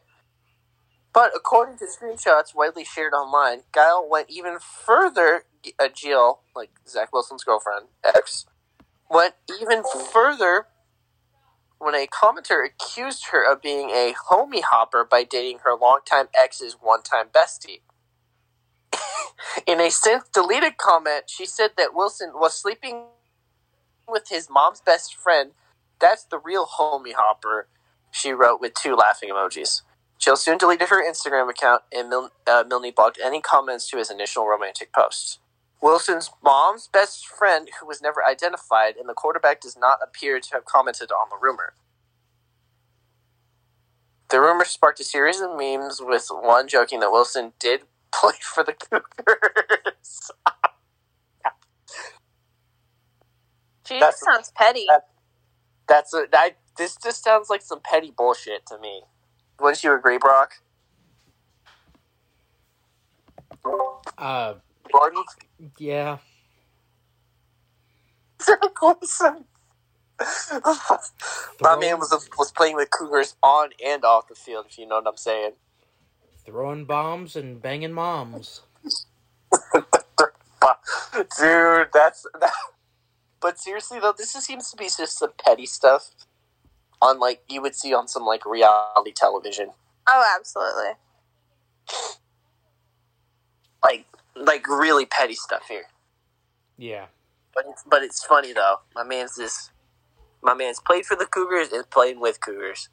but according to screenshots widely shared online, Guile went even further. Uh, Jill, like Zach Wilson's girlfriend, ex, went even further when a commenter accused her of being a homie hopper by dating her longtime ex's one-time bestie. In a since deleted comment, she said that Wilson was sleeping with his mom's best friend. That's the real homie hopper, she wrote with two laughing emojis. Jill soon deleted her Instagram account, and Mil- uh, Milne blocked any comments to his initial romantic post. Wilson's mom's best friend, who was never identified, and the quarterback does not appear to have commented on the rumor. The rumor sparked a series of memes, with one joking that Wilson did play for the Cougars. She That's- just sounds petty. that's- That's a, I, this just sounds like some petty bullshit to me. Wouldn't you agree, Brock? Uh, Gordon? yeah. Zach Wilson. My man was was playing with Cougars on and off the field, if you know what I'm saying. Throwing bombs and banging moms. But, dude, that's that. But seriously though, this just seems to be just some petty stuff, on like you would see on some like reality television, Oh, absolutely. like like really petty stuff here. Yeah. But it's, but it's funny though. My man's just my man's played for the Cougars and playing with Cougars.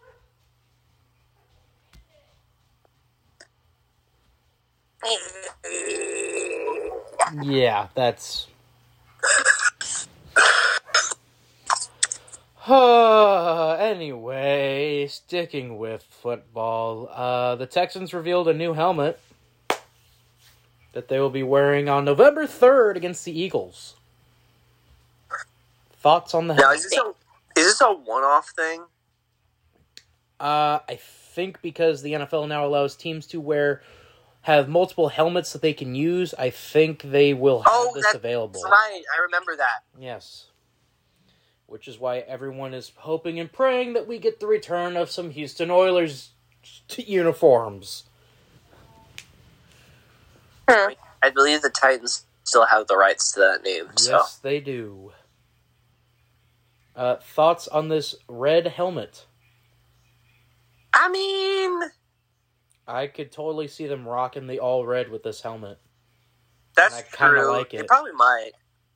Yeah, that's. Uh, anyway, sticking with football, uh, the Texans revealed a new helmet that they will be wearing on November 3rd against the Eagles. Thoughts on the Now helmet? is this a is this a one off thing? Uh, I think because the NFL now allows teams to wear have multiple helmets that they can use, I think they will have Oh, this that's available. right. I remember that. Yes. Which is why everyone is hoping and praying that we get the return of some Houston Oilers t- uniforms. Hmm. I believe the Titans still have the rights to that name. So Yes, they do. Uh, thoughts on this red helmet? I mean, I could totally see them rocking the all red with this helmet, that's I kinda true. like They it. probably might.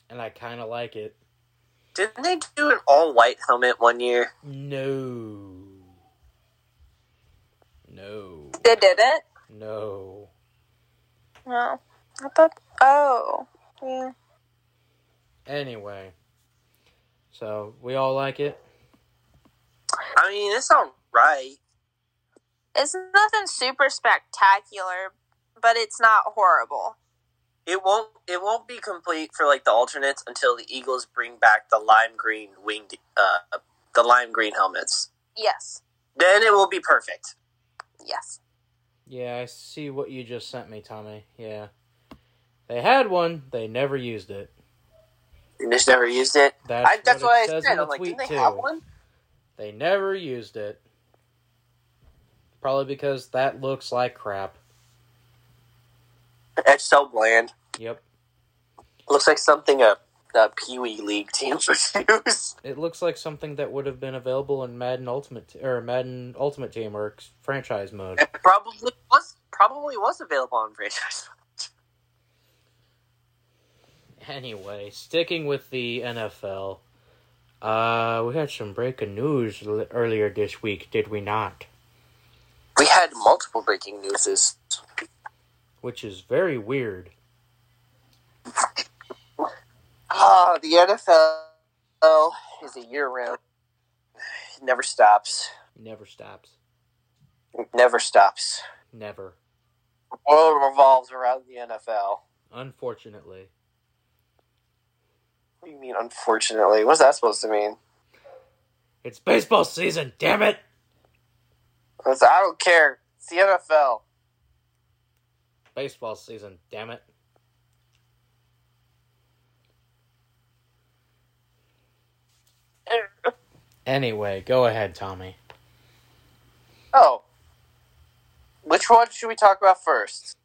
and I kind of like it. Didn't they do an all white helmet one year? No. No. They didn't? No. No. I thought. Oh. Yeah. Anyway. So, we all like it? I mean, it's all right. It's nothing super spectacular, but it's not horrible. It won't. It won't be complete for like the alternates until the Eagles bring back the lime green winged, uh, the lime green helmets. Yes. Then it will be perfect. Yes. Yeah, I see what you just sent me, Tommy. Yeah. They had one, they never used it. They just never used it. That's, I, that's what, what, it I says said. in the I'm like, tweet, didn't they too. have one? They never used it. Probably because that looks like crap. It's so bland. Yep. Looks like something a, a Pee Wee League team would use. It looks like something that would have been available in Madden Ultimate T- or Madden Ultimate Team or ex- franchise mode. It probably was probably was available on franchise. Anyway, sticking with the NFL, uh, we had some breaking news l- earlier this week, did we not? We had multiple breaking newses. Which is very weird. Ah, the NFL is a year round. never stops. Never stops. Never stops. Never. World revolves around the NFL. Unfortunately. What do you mean, unfortunately? What's that supposed to mean? It's baseball season, damn it! That's- I don't care. It's the NFL. Baseball season, damn it. Anyway, go ahead, Tommy. Oh. Which one should we talk about first?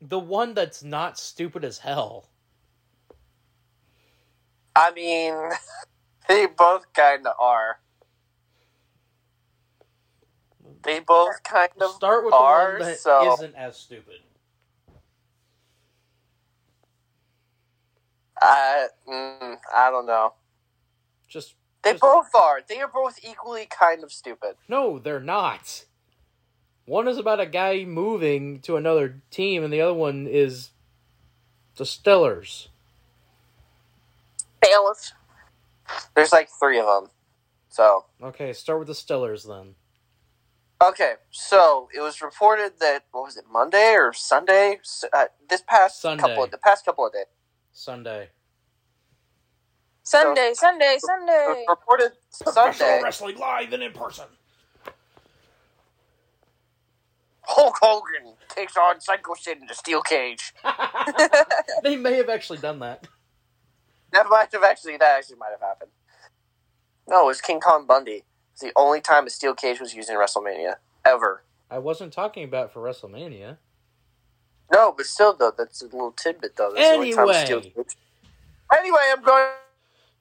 The one that's not stupid as hell. I mean, they both kind of are. They both kind of Start with are, the one that so not as stupid. I, mm, I don't know. Just They Just- both are. They are both equally kind of stupid. no, they're not. One is about a guy moving to another team, and the other one is the Stellars. Fails. There's like three of them. So, Okay, start with the Stellars then. okay. So, it was reported that, what was it, Monday or Sunday? S- Uh, this past couple Sunday. of, the past couple of days. Sunday. Sunday, Sunday, It Sunday. was reported Sunday. wrestling live and in person. Hulk Hogan takes on Psycho Sid in a steel cage. they may have actually done that. That might have actually that actually might have happened. No, it was King Kong Bundy. It's the only time a steel cage was used in WrestleMania ever. I wasn't talking about for WrestleMania. No, but still though, that's a little tidbit though. That's the only time a steel Anyway. cage. Anyway, I'm going.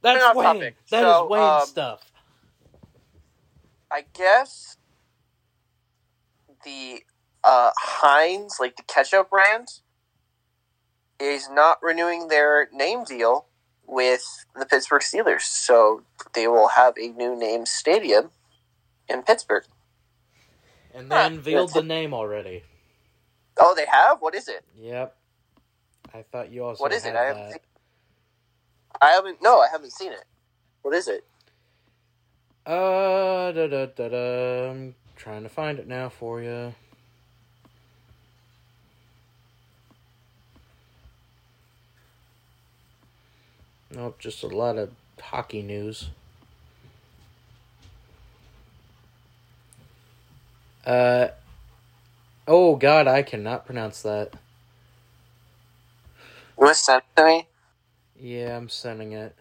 We're That's off Wayne. That topic. is So, Wayne um, stuff. I guess the uh, Heinz, like the ketchup brand, is not renewing their name deal with the Pittsburgh Steelers, so they will have a new name stadium in Pittsburgh. And they unveiled the name already. Oh, they have. What is it? Yep. I thought you also What is it? had I haven't. that. Seen, I haven't. No, I haven't seen it. What is it? Uh, da, da, da, da. I'm trying to find it now for you. Nope, just a lot of hockey news. Uh, oh god, I cannot pronounce that. You want to send it to me? Yeah, I'm sending it.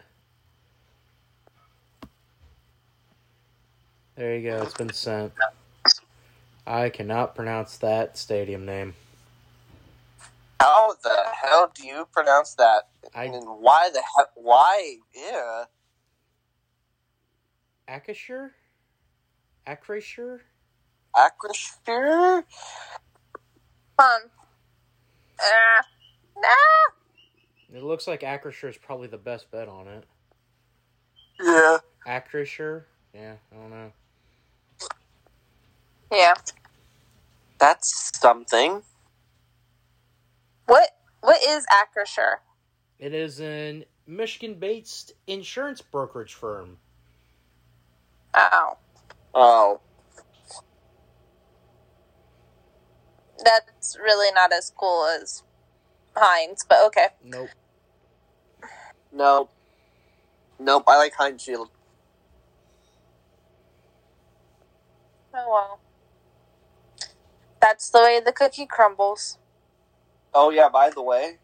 There you go. It's been sent. I cannot pronounce that stadium name. How the hell do you pronounce that? I- and why the hell? Why? Yeah. Akershire? Akershire? Acrisure? Um, uh, nah. It looks like Akershire is probably the best bet on it. Yeah. Akershire? Yeah, I don't know. Yeah. That's something. What What is Acrisure? It is an Michigan based insurance brokerage firm. Oh, Oh. that's really not as cool as Heinz, but okay. Nope. No. Nope. I like Heinz Shield. Oh well. That's the way the cookie crumbles. Oh yeah. By the way,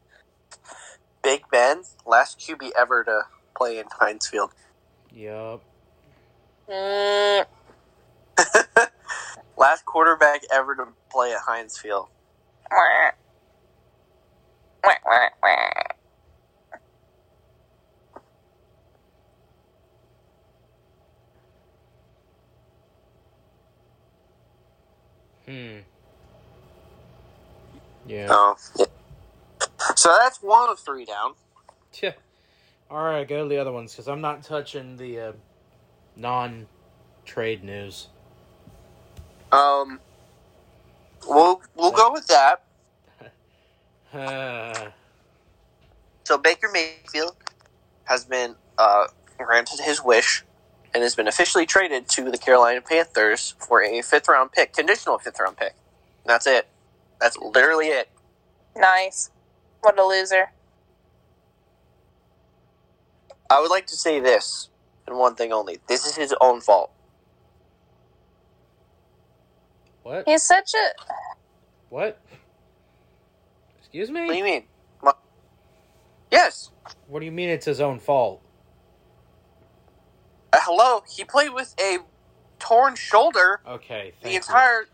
Big Ben, last QB ever to play in Heinz Field. Yup. Mm, Last quarterback ever to play at Heinz Field. wah. Wah, wah, wah. Hmm. Yeah. Oh. So that's one of three down. Yeah. All right, go to the other ones because I'm not touching the uh, non-trade news. Um, we'll we'll go with that. Uh, So Baker Mayfield has been uh, granted his wish and has been officially traded to the Carolina Panthers for a fifth round pick, conditional fifth round pick. And that's it. That's literally it. Nice. What a loser. I would like to say this, and one thing only. This is his own fault. What? He's such a What? Excuse What do you me? mean? My- yes. What do you mean it's his own fault? Uh, hello. He played with a torn shoulder Okay. the thank you. entire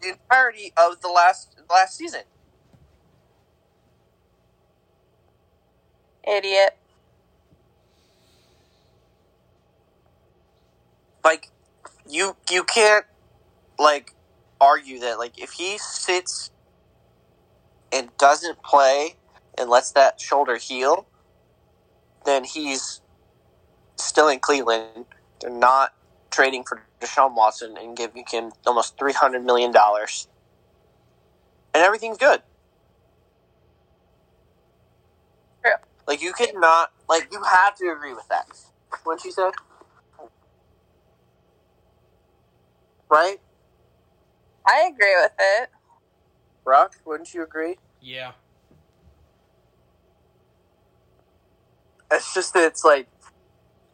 the entirety of the last last season. idiot. like you you can't like argue that like if he sits and doesn't play and lets that shoulder heal then he's still in Cleveland they're not trading for Deshaun Watson and giving him almost 300 million dollars and everything's good True. like you could not like you have to agree with that what you said right I agree with it. Rock, wouldn't you agree? Yeah. It's just that it's like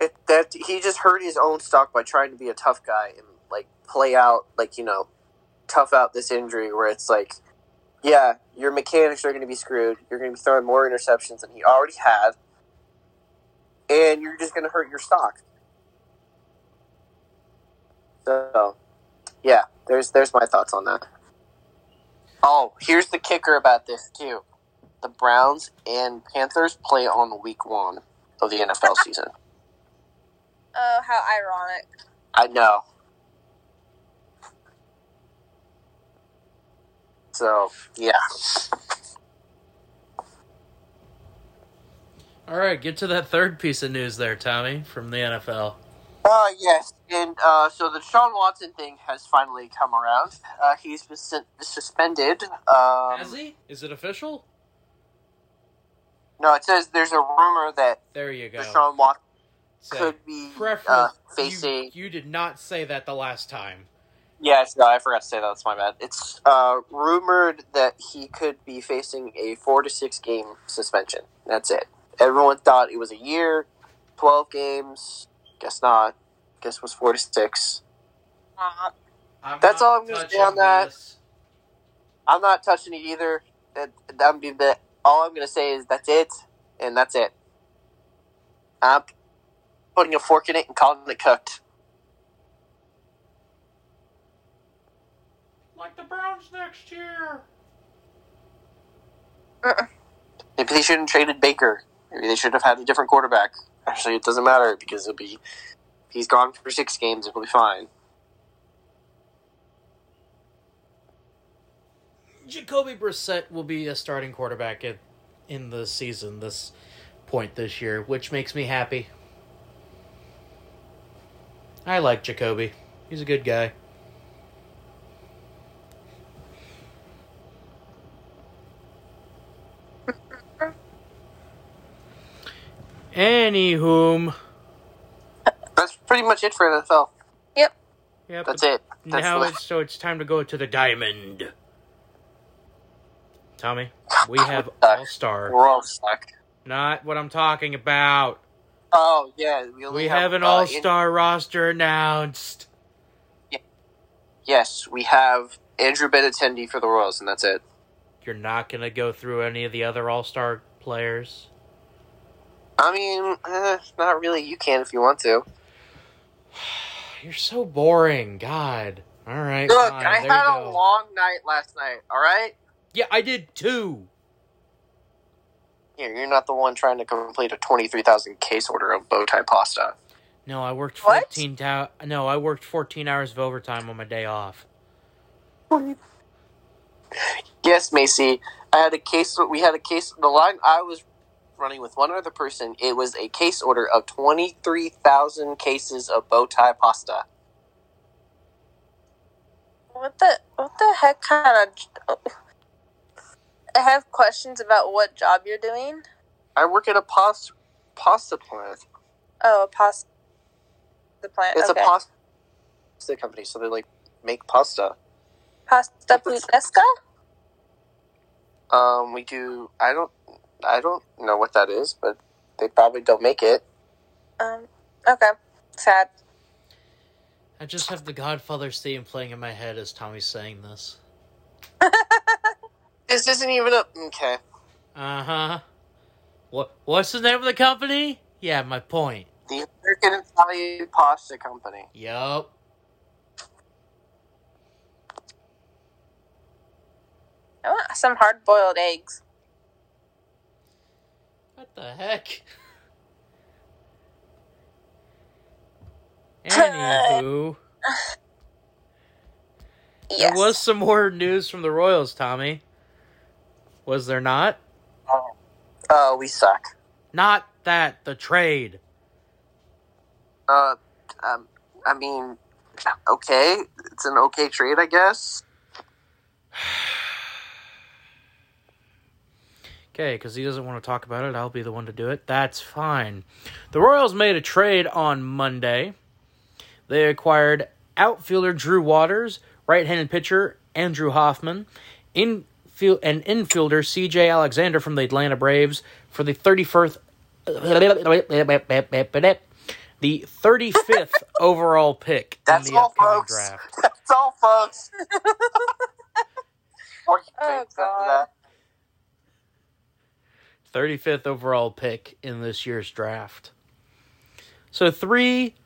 it, that he just hurt his own stock by trying to be a tough guy and like play out like you know tough out this injury where it's like yeah your mechanics are going to be screwed you're going to be throwing more interceptions than he already had and you're just going to hurt your stock so yeah there's there's my thoughts on that oh here's the kicker about this too the browns and panthers play on week one of the nfl season Oh, how ironic. I know. So yeah, All right, get to that third piece of news there, Tommy, from the NFL. uh, yes, and uh, so the Sean Watson thing has finally come around. Uh, he's been sus- suspended. Um, Has he? Is it official? No, it says there's a rumor that There you go. Deshaun Watson Say, could be preference- uh, you- facing. You, did not say that the last time. Yes, no, I forgot to say that. That's my bad. It's uh, rumored that he could be facing a four to six game suspension. That's it. Everyone thought it was a year, twelve games. Guess not. Guess it was four to six. Aw. I'm That's not all I'm gonna say touching on that. this. I'm not touching it either. That that would be the- all I'm gonna say is that's it, and that's it. I'm putting a fork in it and calling it cooked. Like the Browns next year. Uh-uh. Maybe they shouldn't have traded Baker. Maybe they should have had a different quarterback. Actually, it doesn't matter because it'll be he's gone for six games. It'll be fine. Jacoby Brissett will be a starting quarterback at, in the season this point this year, which makes me happy. I like Jacoby. He's a good guy. Anywhom. That's pretty much it for NFL. Yep, That's it. That's now the- it's, so it's time to go to the diamond. Tommy, we have All Star. we're all stuck. Not what I'm talking about. Oh yeah, only We have an uh, All in- Star roster announced. yes, we have Andrew Benatendi for the Royals, and that's it. You're not going to go through any of the other All Star players. I mean, eh, not really. You can if you want to. You're so boring. God. All right. Look, fine, I there you had a go. long night last night. All right. Yeah, I did too. Here, you're not the one trying to complete a twenty-three thousand case order of bow tie pasta. No, I worked What? 14 ta- No, I worked 14 hours of overtime on my day off. Yes, Macy. I had a case. We had a case. The line I was running with one other person. It was a case order of twenty-three thousand cases of bow tie pasta. What the what the heck kind of oh. I have questions about what job you're doing. I work at a pasta pasta plant. Oh, a pos the plant. It's okay. a pasta company, so they like make pasta. pasta puttesca. Um, we do. I don't. I don't know what that is, but they probably don't make it. Um, okay, sad. I just have the Godfather theme playing in my head as Tommy's saying this. This isn't even a. Okay. Uh huh. What What's the name of the company? Yeah, my point. The American Italian Pasta Company. Yup. I want Oh, some hard boiled eggs. What the heck? Anywho, Yes. there was some more news from the Royals, Tommy. Was there not? Oh, we suck. Not that the trade. Uh, um, I mean, okay, it's an okay trade, I guess. Okay, because he doesn't want to talk about it. I'll be the one to do it. That's fine. The Royals made a trade on Monday. They acquired outfielder Drew Waters, right handed pitcher Andrew Hoffman, infield, and infielder CJ Alexander from the Atlanta Braves for the 31st. The 35th overall pick That's in the all, upcoming folks. draft. That's all, folks. Before you Oh, think of God. that. 35th overall pick in this year's draft. So three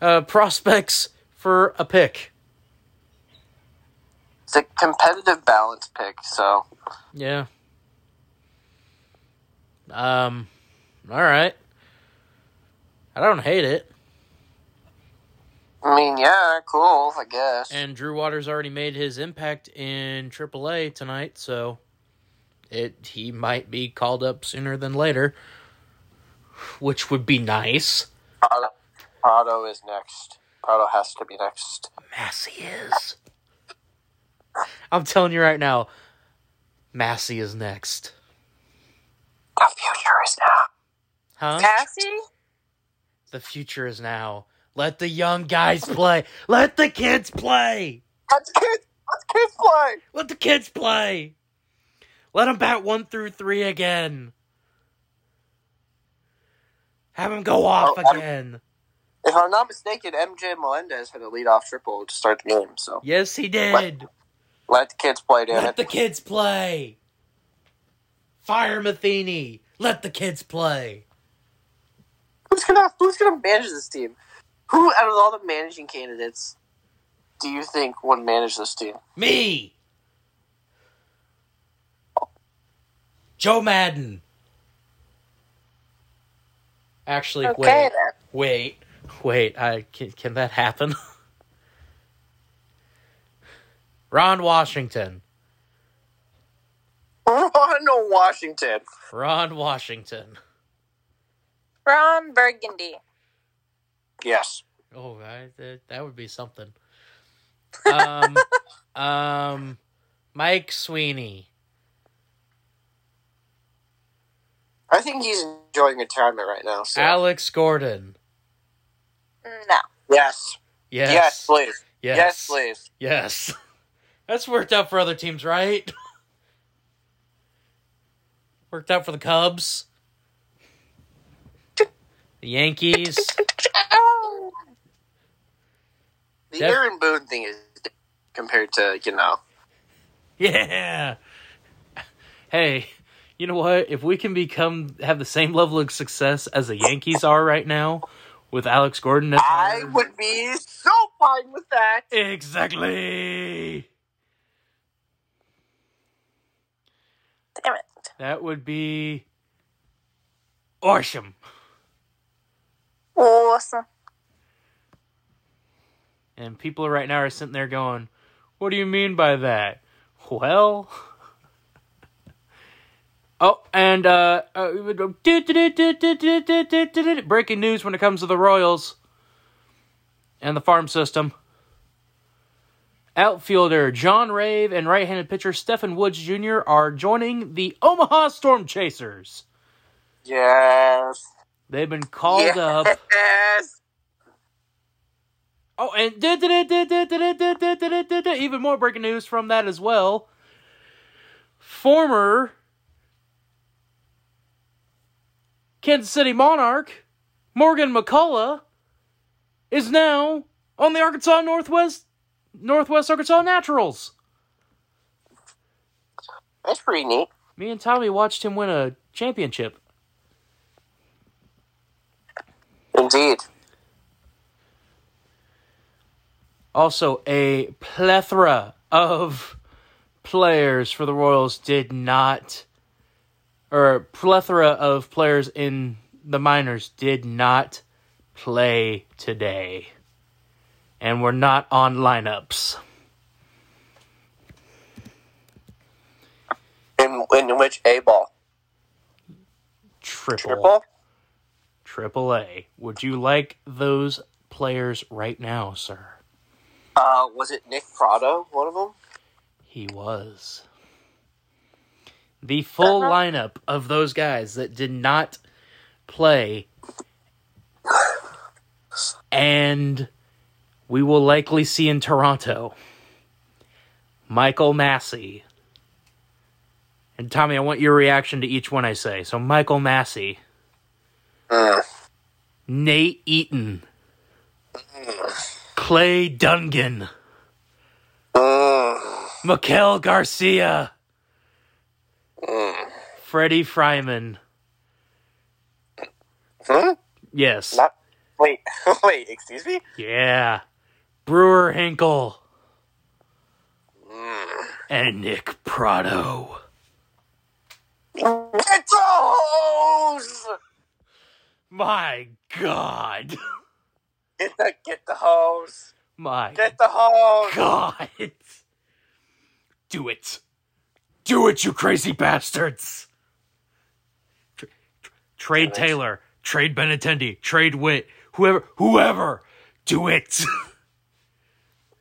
uh, prospects for a pick. It's a competitive balance pick, so Yeah. Um. All right. I don't hate it. I mean, yeah, cool, I guess. And Drew Waters already made his impact in AAA tonight, so it he might be called up sooner than later, which would be nice. Prado, Prado is next. Prado has to be next. Massey is. I'm telling you right now, Massey is next. The future is now. Huh? Cassie? The future is now. Let the young guys play. Let the kids play. Let's kids, let's kids play. Let the kids play. Let them bat one through three again. Have them go off Oh, I'm- again. If I'm not mistaken, MJ Melendez had a leadoff triple to start the game. So Yes, he did. let the kids play, damn Let it. the kids play. Fire Matheny. Let the kids play. who's gonna Who's gonna manage this team? Who out of all the managing candidates do you think would manage this team? Me. Joe Madden. Actually, Okay, wait, then. wait, wait. I can, can that happen? Ron Washington. Ron Washington. Ron Washington. Ron Burgundy. Yes. Oh, I, that, that would be something. Um, um, Mike Sweeney. I think he's enjoying retirement right now. So. Alex Gordon. No. yes. Yes. yes. please. Yes. please. Yes. That's worked out for other teams, right? worked out for the Cubs, the Yankees. The Def- Aaron Boone thing is different compared to, you know. Yeah. Hey, you know what? If we can become have the same level of success as the Yankees are right now with Alex Gordon as I our- would be so fine with that. Exactly. Damn it. That would be Orsham. Awesome. And people right now are sitting there going, What do you mean by that? Well. Oh, and uh, uh, we would go, "Do-do-do-do-do-do-do-do-do-do." breaking news when it comes to the Royals and the farm system. Outfielder John Rave and right handed pitcher Stephen Woods Jr. are joining the Omaha Storm Chasers. Yes. They've been called up yes. Oh, and even more breaking news from that as well. Former Kansas City Monarch Morgan McCullough is now on the Arkansas Northwest Northwest Arkansas Naturals. That's pretty neat. Me and Tommy watched him win a championship. Indeed. Also, a plethora of players for the Royals did not, or a plethora of players in the minors did not play today. And we're not on lineups. In, in which A ball? Triple. Triple? Triple A. Would you like those players right now, sir? Uh, was it Nick Prado, one of them? He was. The full Uh-huh. lineup of those guys that did not play. And we will likely see in Toronto Michael Massey. And Tommy, I want your reaction to each one I say. So, Michael Massey, Nate Eaton, Clay Dungan, Mm, Mikel Garcia. Freddie Fryman. Hmm? Yes. Not. Wait, wait, excuse me? yeah. Brewer Hinkle. And Nick Prado. It's a hose! My God. Get the, get the hose! My Get the hose! God. Do it. Do it, you crazy bastards. Tr- tr- Trade Damn it. Taylor. Trade Benintendi. Trade Witt. Whoever. Whoever. Do it.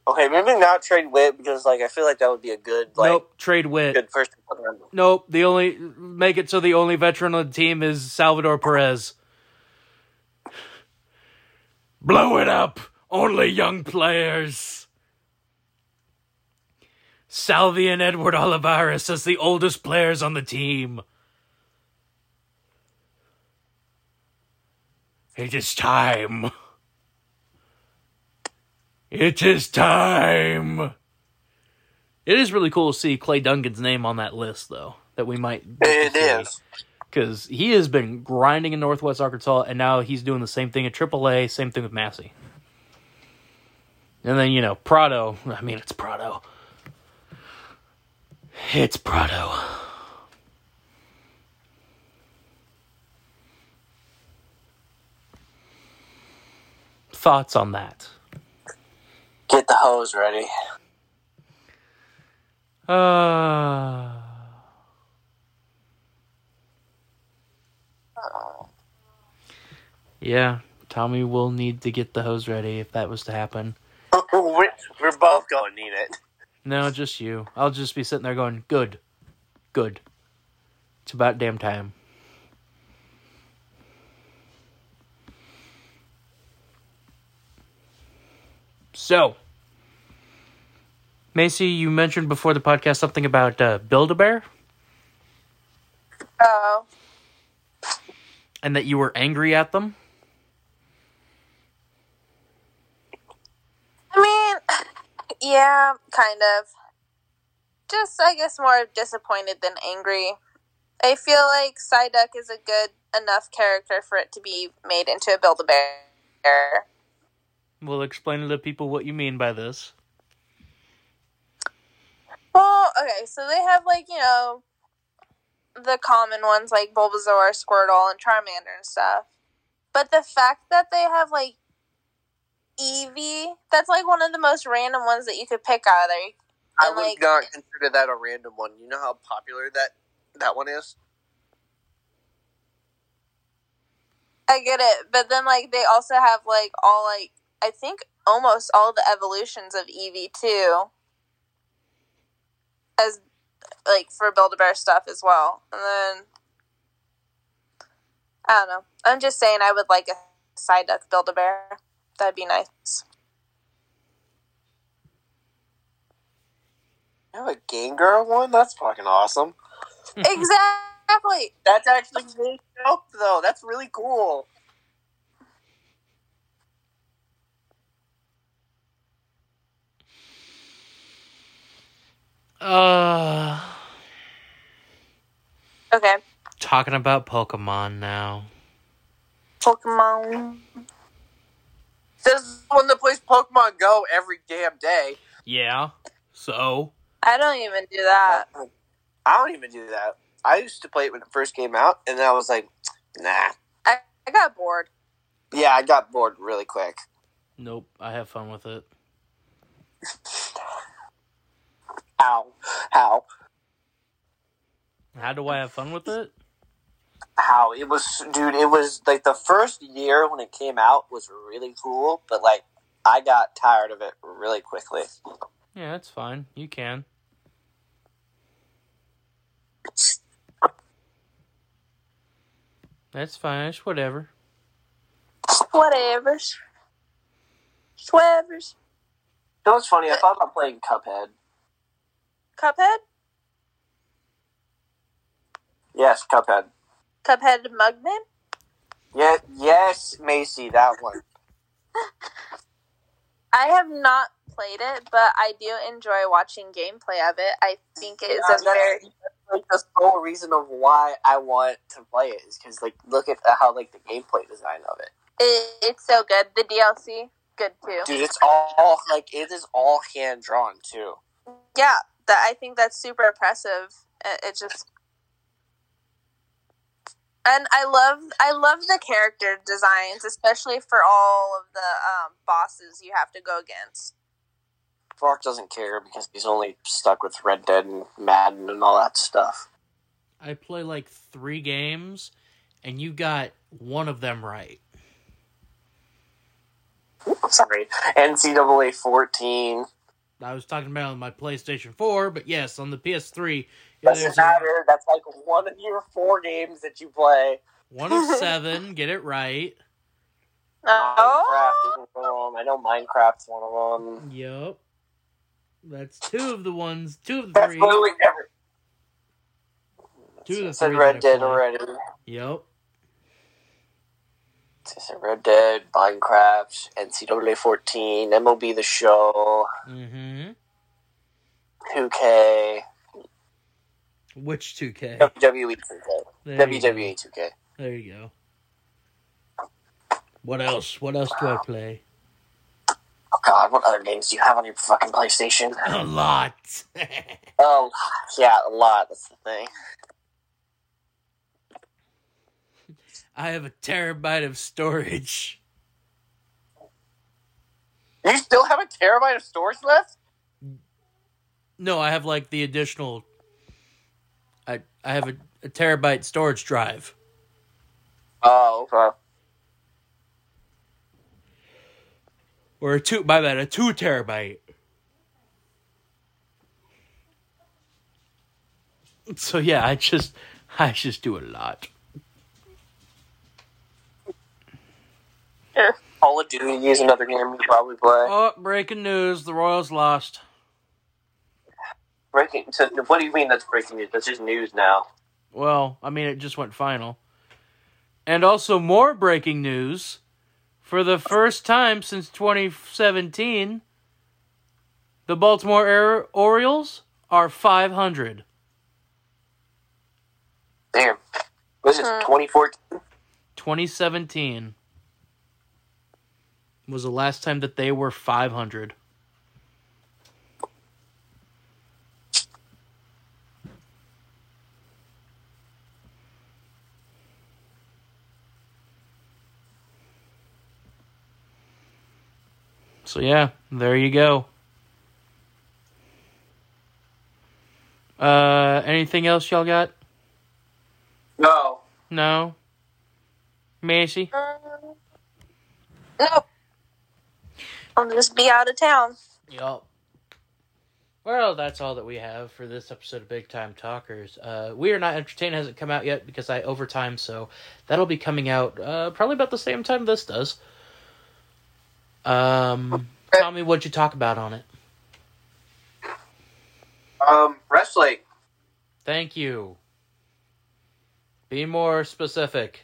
Okay, maybe not trade Wit because, like, I feel like that would be a good, like, nope. Trade Witt. good first. Nope. The only make it so the only veteran on the team is Salvador Perez. Blow it up. Only young players. Salvi and Edward Olivares as the oldest players on the team. It is time. It is time. It is really cool to see Clay Duncan's name on that list, though. That we might. It is. because he has been grinding in Northwest Arkansas, and now he's doing the same thing at AAA. Same thing with Massey. And then you know Prado. I mean, it's Prado. It's Prado. Thoughts on that? Get the hose ready. Uh, yeah, Tommy will need to get the hose ready if that was to happen. we're, we're both going to need it. No, just you. I'll just be sitting there going, good, good. It's about damn time. So, Macy, you mentioned before the podcast something about uh, Build a Bear Oh, and that you were angry at them. I mean, yeah, kind of. Just, I guess, more disappointed than angry. I feel like Psyduck is a good enough character for it to be made into a Build a Bear. We'll explain to the people what you mean by this. Well, okay, so they have like you know the common ones like Bulbasaur, Squirtle, and Charmander and stuff. But the fact that they have like Eevee, that's like one of the most random ones that you could pick out of there. I And, would like- not consider that a random one. You know how popular that that one is. I get it, but then like they also have like all like I think almost all the evolutions of Eevee too, as like for Build a Bear stuff as well. And then I don't know. I'm just saying I would like a Psyduck Build a Bear. That'd be nice. You have a Game Girl one? That's fucking awesome. exactly. That's actually really dope, though. That's really cool. Uh, Okay. talking about Pokemon now. Pokemon. This is the one that plays Pokemon Go every damn day. Yeah. So I don't even do that. Uh, Um, I don't even do that. I used to play it when it first came out, and then I was like, nah. I got bored. Yeah, I got bored really quick. nope, I have fun with it. How? How? How do I have fun with it? How? It was, dude, it was like the first year when it came out was really cool, but like, I got tired of it really quickly. Yeah, it's fine. You can. That's fine. It's whatever. Whatever. Whatever. You know what's funny? I thought about playing Cuphead. Cuphead? Yes, Cuphead. Cuphead Mugman? Yeah, yes, Macy, that one. I have not played it, but I do enjoy watching gameplay of it. I think it is Yeah, a very like the sole reason of why I want to play it is because like look at how like the gameplay design of it, it, it's so good. The DLC, good too. dude. It's all like it is all hand drawn too. Yeah, that I think that's super impressive. It, it just and I love I love the character designs, especially for all of the um, bosses you have to go against. Mark doesn't care because he's only stuck with Red Dead and Madden and all that stuff. I play like three games, and you got one of them right. Sorry, NCAA fourteen. I was talking about on my PlayStation 4, but yes, on the PS3, Doesn't there's matter. That's like one of your four games that you play. one of seven. Get it right. Oh, Minecraft is one of them. I know Minecraft's one of them. Yep. That's two of the ones, two of the That's three, literally every. two of the Said threes Red that I Dead play. already. Yep. Said Red Dead, Minecraft, NCAA 14, MLB The Show, Mm-hmm. 2K, Which 2K? WWE 2K, There you go. WWE 2K. There you go. What else? What else do I play? Oh God, what other games do you have on your fucking PlayStation? A lot. Oh yeah, a lot. That's the thing. I have a terabyte of storage. You still have a terabyte of storage left? No, I have like the additional. I I have a, a terabyte storage drive. Oh, okay. Or a two, my bad, a two terabyte. So yeah, I just, I just do a lot. Call of Duty is another game you probably play. Oh, breaking news: the Royals lost. Breaking. So what do you mean that's breaking news? That's just news now. Well, I mean, it just went final. And also, more breaking news for the first time since 2017, the Baltimore Ar- Orioles are 500. Damn. Was it Hmm. 2014? 2017 was the last time that they were 500. So yeah, there you go. Uh anything else y'all got? No. No. Macy? mm, no. I'll just be out of town. Yup. Well, that's all that we have for this episode of Big Time Talkers. Uh, we are not entertained hasn't come out yet because I overtime, so that'll be coming out uh, probably about the same time this does. Um, tell me what you talk about on it. Um, wrestling. Thank you. Be more specific.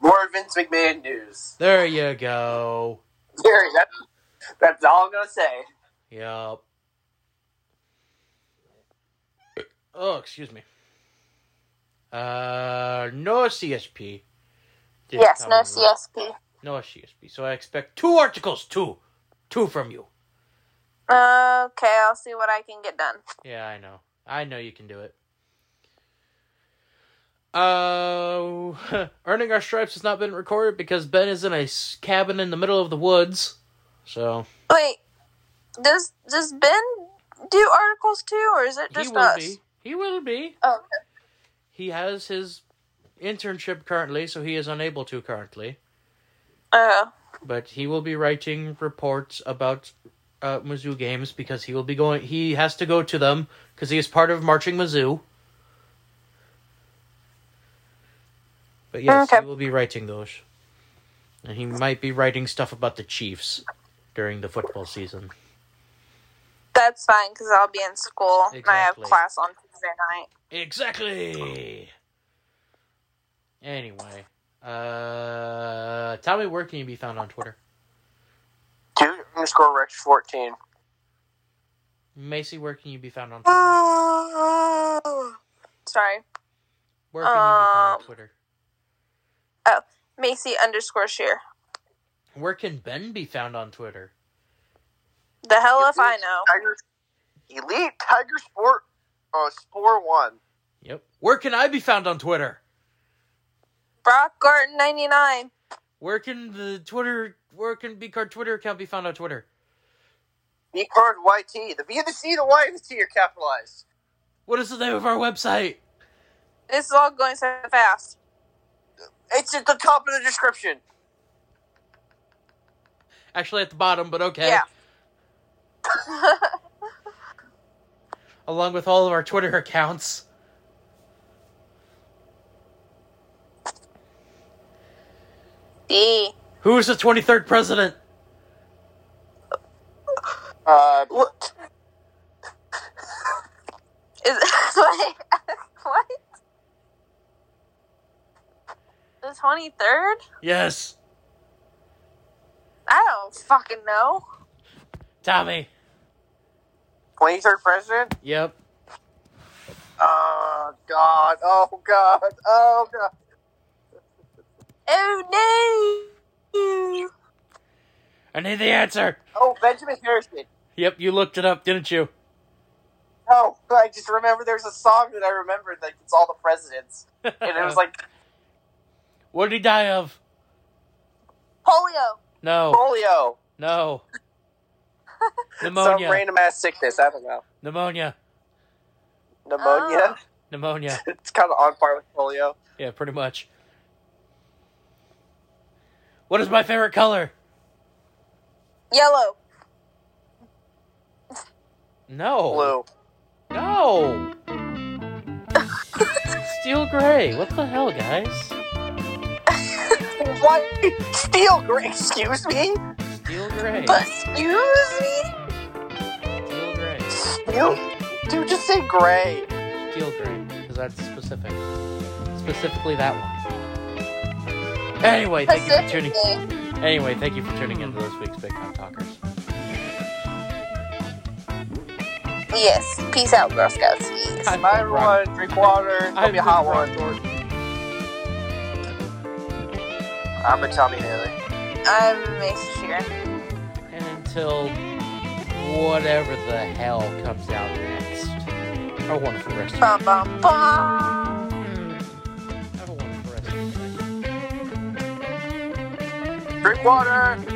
More Vince McMahon news. There you go. Gary, that's, that's all I'm gonna say. Yep. Oh, excuse me. Uh, no CSP. Did Yes, come no up. CSP. No CSP. So I expect two articles, two, two from you. Okay, I'll see what I can get done. Yeah, I know. I know you can do it. Uh, earning our stripes has not been recorded because Ben is in a s- cabin in the middle of the woods. So Wait, does does Ben do articles too, or is it just he will us? be. He will be. Oh, okay. He has his internship currently, so he is unable to currently. Oh, But he will be writing reports about uh, Mizzou games because he will be going. He has to go to them because he is part of marching Mizzou. But yes, Okay. he will be writing those, and he might be writing stuff about the Chiefs during the football season. that's fine because I'll be in school and I have Exactly. class on Tuesday night. Exactly. Anyway, uh, Tommy, where can you be found on Twitter? Dude underscore Rex fourteen. Macy, where can you be found on Twitter? Uh, Sorry, Where can you be found on uh, Um, Twitter? Macy underscore Shear. Where can Ben be found on Twitter? The hell if I know. Tiger, elite Tiger Sport. Uh, Spore one. Yep. Where can I be found on Twitter? Brock Garton ninety nine. Where can the Twitter, where can BCard Twitter account be found on Twitter? B card YT. The B, the C, the Y, and the T are capitalized. What is the name of our website? This is all going so fast. It's at the top of the description. Actually, at the bottom, but okay. Yeah. Along with all of our Twitter accounts. D. Who is the 23rd president? Uh, what? Is like what? The twenty third? Yes. I don't fucking know. Tommy. Twenty third president. Yep. Oh God! Oh God! Oh God! Oh no! I need the answer. Oh Benjamin Harrison. Yep, you looked it up, didn't you? Oh, I just remember there's a song that I remembered that it's all the presidents, and it Uh-uh. was like what did he die of? Polio. No, polio, no. some Pneumonia. random ass sickness. I don't know. Pneumonia. Pneumonia. Pneumonia. It's kind of on par with polio. Yeah, pretty much. What is my favorite color? Yellow. No. Blue. No. Steel gray. What the hell, guys? What? Steel gray? Excuse me? Steel gray. Excuse me? Steel gray. Steel? Dude, just say gray. Steel gray. Because that's specific. Specifically that one. Anyway, thank you for tuning. Pacifically. Anyway, thank you for tuning into this week's Big Time Talkers. Yes. Peace out, Girl Scouts. Yes. I'm Nine Rock- one, drink water. It's gonna I'm be a hot Rock one. I'm a Tommy Haley. I'm Macy Shear. and until whatever the hell comes out next. Have a wonderful rest. Of, Bum bum bum. have a wonderful rest. Of your night. Drink water!